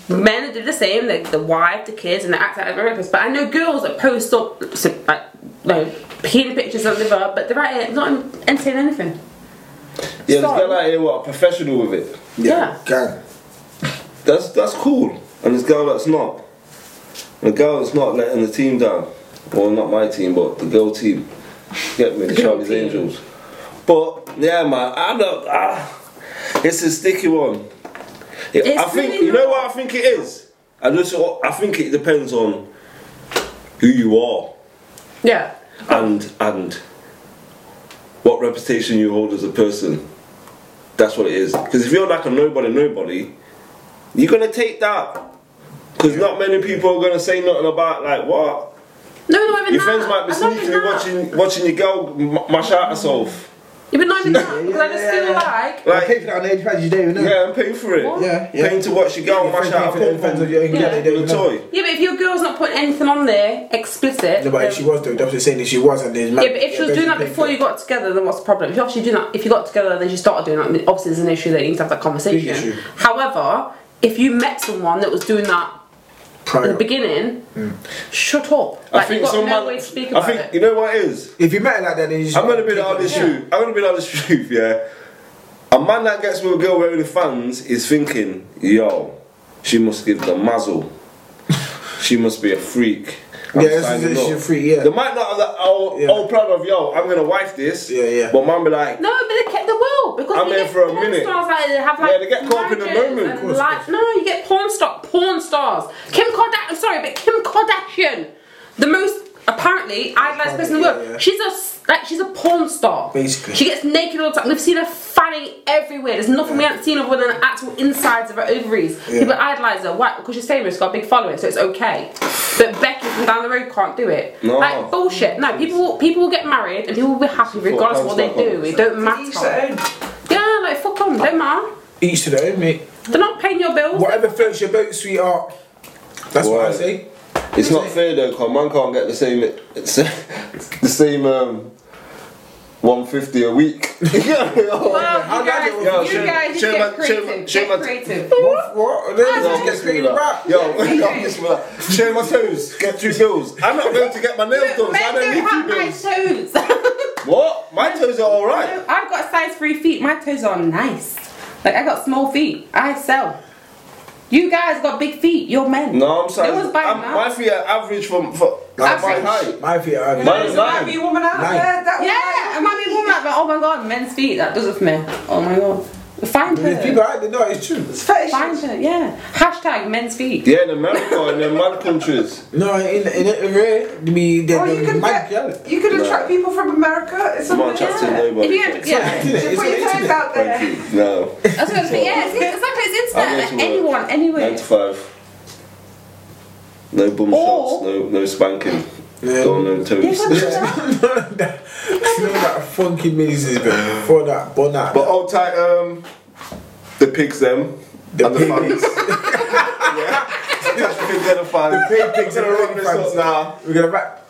Speaker 1: Men that do the same, like the wife, the kids, and they act out reckless. But I know girls that post up, so, like, no, peeing pictures of the verb, but they're out here not entertaining anything.
Speaker 2: Yeah, this
Speaker 1: Sorry.
Speaker 2: girl out here, what, professional with it.
Speaker 1: Yeah.
Speaker 6: Gang.
Speaker 2: That's that's cool. And this girl that's not. The girl that's not letting the team down. Well, not my team, but the girl team. Get me, the Charlie's
Speaker 1: team.
Speaker 2: Angels. But yeah, man, I don't. Ah, it's a sticky one. Yeah, I
Speaker 1: It's
Speaker 2: think
Speaker 1: really
Speaker 2: you know what I think it is. I just I think it depends on who you are
Speaker 1: Yeah.
Speaker 2: and and what reputation you hold as a person. That's what it is. Because if you're like a nobody, nobody, you're gonna take that. Because not many people are gonna say nothing about like what
Speaker 1: No, no, I've
Speaker 2: your friends might be sneakily watching watching your girl m- mash out herself.
Speaker 1: You've been not even that because I just feel like
Speaker 6: Like
Speaker 2: Like
Speaker 6: people that are on the you don't even know.
Speaker 2: yeah, I'm paying for it.
Speaker 1: What?
Speaker 6: Yeah, yeah.
Speaker 2: Paying to watch your girl
Speaker 6: Your
Speaker 2: mash
Speaker 6: friends
Speaker 2: out
Speaker 6: pay for
Speaker 2: her
Speaker 6: their friends of your own
Speaker 1: Yeah.
Speaker 6: girl, they don't
Speaker 2: with
Speaker 6: even
Speaker 2: a
Speaker 6: know.
Speaker 2: toy.
Speaker 1: yeah, but if your girl's not putting anything on there explicit,
Speaker 6: No, but
Speaker 1: then-
Speaker 6: if she was though, that's what I'm saying. If she was, and there's
Speaker 1: yeah, but if she was doing that before you got together, then what's the problem? If you obviously do that, if you got together and then she started doing that, then obviously there's an issue that you need to have that
Speaker 6: Big issue.
Speaker 1: conversation. However, if you met someone that was doing that at
Speaker 6: prior.
Speaker 1: the beginning,
Speaker 6: Mm.
Speaker 1: shut up. Like you've got no way to speak
Speaker 2: I
Speaker 1: about
Speaker 2: think
Speaker 1: it.
Speaker 2: you know what it is.
Speaker 6: If you met her like that, then you just
Speaker 2: I'm gonna be the honest
Speaker 1: Yeah.
Speaker 2: truth. I'm gonna be the honest (laughs) truth, yeah. A man that gets with a girl wearing the fans is thinking, yo, she must give the
Speaker 6: (laughs)
Speaker 2: muzzle. she must be a freak. I'm
Speaker 6: Yeah, this is-
Speaker 2: signing
Speaker 6: this is
Speaker 2: up."
Speaker 6: your freak, yeah.
Speaker 2: They might not have that all,
Speaker 6: Yeah.
Speaker 2: all proud of yo, I'm gonna wife this.
Speaker 6: Yeah, yeah.
Speaker 2: But man be like,
Speaker 1: No, but they, kept, they will because
Speaker 2: I'm
Speaker 1: you
Speaker 2: here
Speaker 1: get
Speaker 2: for a
Speaker 1: porn
Speaker 2: minute.
Speaker 1: Stars like, they have like
Speaker 2: Yeah, they get caught up in the
Speaker 1: marriages
Speaker 2: moment, of
Speaker 1: and,
Speaker 2: course,
Speaker 1: like, no, you get porn star, porn stars. Kim Kardashian. Sorry, but Kim Kardashian, the most apparently idolized person in the
Speaker 6: yeah,
Speaker 1: world.
Speaker 6: yeah.
Speaker 1: She's a s- like she's a porn star.
Speaker 6: Basically.
Speaker 1: she gets naked all the time. We've seen her fanning everywhere. There's nothing we haven't seen other than the actual insides of her ovaries.
Speaker 6: Yeah.
Speaker 1: People idolize her. Why? Because she's famous, got a big following, so it's okay. But Becky from down the road can't do it.
Speaker 2: No.
Speaker 1: Like bullshit. No, people will, people will get married and people will be happy regardless of what they do. It don't matter. Yeah, like fuck on, don't matter.
Speaker 6: each to their own, mate.
Speaker 1: They're not paying your bills.
Speaker 6: Whatever floats your boat, sweetheart. That's what I
Speaker 2: Right.
Speaker 6: say.
Speaker 2: it's not fair though, 'cause a man can't get the same (laughs) the same um 150 a week. (laughs)
Speaker 1: Well,
Speaker 6: How
Speaker 1: you
Speaker 6: bad
Speaker 1: guys,
Speaker 6: it was-
Speaker 1: you
Speaker 2: Yo,
Speaker 1: guys, you
Speaker 2: Chairman-
Speaker 1: get creative.
Speaker 2: Chairman-
Speaker 1: Get
Speaker 2: Chairman-
Speaker 1: creative.
Speaker 6: What? What? Then you
Speaker 2: Yo,
Speaker 6: just get straight back.
Speaker 2: Yo, (laughs) yo, Bismillah. Share my toes, get two bills. I'm not going to get my nails done, so I
Speaker 1: Men
Speaker 2: don't
Speaker 1: don't
Speaker 2: need two
Speaker 1: have my
Speaker 2: bills.
Speaker 1: toes.
Speaker 2: What? My toes are alright.
Speaker 1: (laughs) I've got size three feet. My toes are nice. Like I got small feet. I sell. You guys got big feet. You're men.
Speaker 2: No, I'm sorry.
Speaker 1: No one's buying
Speaker 2: I'm- my
Speaker 1: that.
Speaker 2: feet are average from for like my
Speaker 1: Average.
Speaker 2: height.
Speaker 6: My feet are.
Speaker 2: Mine
Speaker 3: There's
Speaker 2: is
Speaker 3: a might
Speaker 2: nine.
Speaker 3: be woman out
Speaker 6: Nine.
Speaker 3: there that
Speaker 1: Yeah, I might be woman like, oh my god, men's feet. That does it for me. Oh my god. Find
Speaker 6: There's
Speaker 1: her.
Speaker 6: people out there, no, it's true.
Speaker 1: Find her. Yeah. Hashtag men's feet.
Speaker 2: Yeah, in America and in mad
Speaker 1: (laughs)
Speaker 2: countries.
Speaker 6: No, in in it rare, be the
Speaker 3: Oh,
Speaker 8: Or you could
Speaker 6: mad
Speaker 8: get, you could attract people from America. It's
Speaker 2: I'm
Speaker 8: on the
Speaker 2: not attracting
Speaker 8: internet.
Speaker 1: If you
Speaker 2: nobody.
Speaker 1: had,
Speaker 6: (laughs)
Speaker 1: yeah.
Speaker 8: Just put your toes out there.
Speaker 2: Thank you. No.
Speaker 1: I was gonna say, yeah, it's, exactly. It's
Speaker 2: I'm
Speaker 1: internet.
Speaker 2: into it.
Speaker 1: Anyone,
Speaker 2: Nine
Speaker 1: anywhere.
Speaker 2: to five. No bum
Speaker 1: Or-
Speaker 2: shots, no no spanking.
Speaker 6: Yeah.
Speaker 2: Go on no toes.
Speaker 6: that, smell that funky mazes, bro. For that, bon that.
Speaker 4: But old tight, um, the pigs them.
Speaker 6: The
Speaker 4: and the
Speaker 6: pig
Speaker 4: fans.
Speaker 2: (laughs)
Speaker 4: yeah. The pigs and the fans.
Speaker 6: pig pigs and the
Speaker 4: We're gonna
Speaker 6: pig
Speaker 4: wrap this up
Speaker 6: fans.
Speaker 4: now.
Speaker 6: we're gonna back.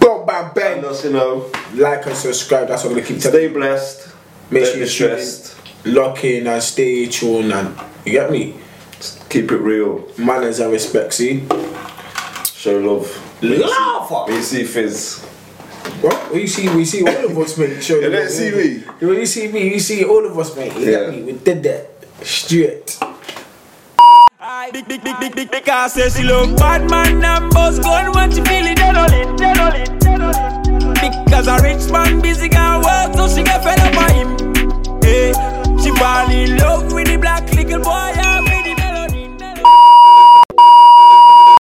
Speaker 6: Boom, bam,
Speaker 2: And
Speaker 6: bang.
Speaker 2: also, you know,
Speaker 6: Like and subscribe. That's what we're gonna keep telling.
Speaker 2: stay blessed.
Speaker 6: Make
Speaker 2: don't
Speaker 6: sure
Speaker 2: be
Speaker 6: you
Speaker 2: stressed.
Speaker 6: Lock in and stay tuned and you get me.
Speaker 2: Keep it real.
Speaker 6: Manners and respect. See,
Speaker 2: Show love.
Speaker 6: love.
Speaker 2: We see fizz.
Speaker 6: Well, you see, we see all of us, mate. Sure,
Speaker 2: You don't see me.
Speaker 6: When you see me, you see all of us, mate. You
Speaker 2: Yeah.
Speaker 6: get me. We did that. Straight.
Speaker 5: Big, big, big, big, big, big car says she love bad man and boss gun when she feel it dead on it, dead on it, dead on it. Because a rich man busy can work so she get fed up by him. Eh,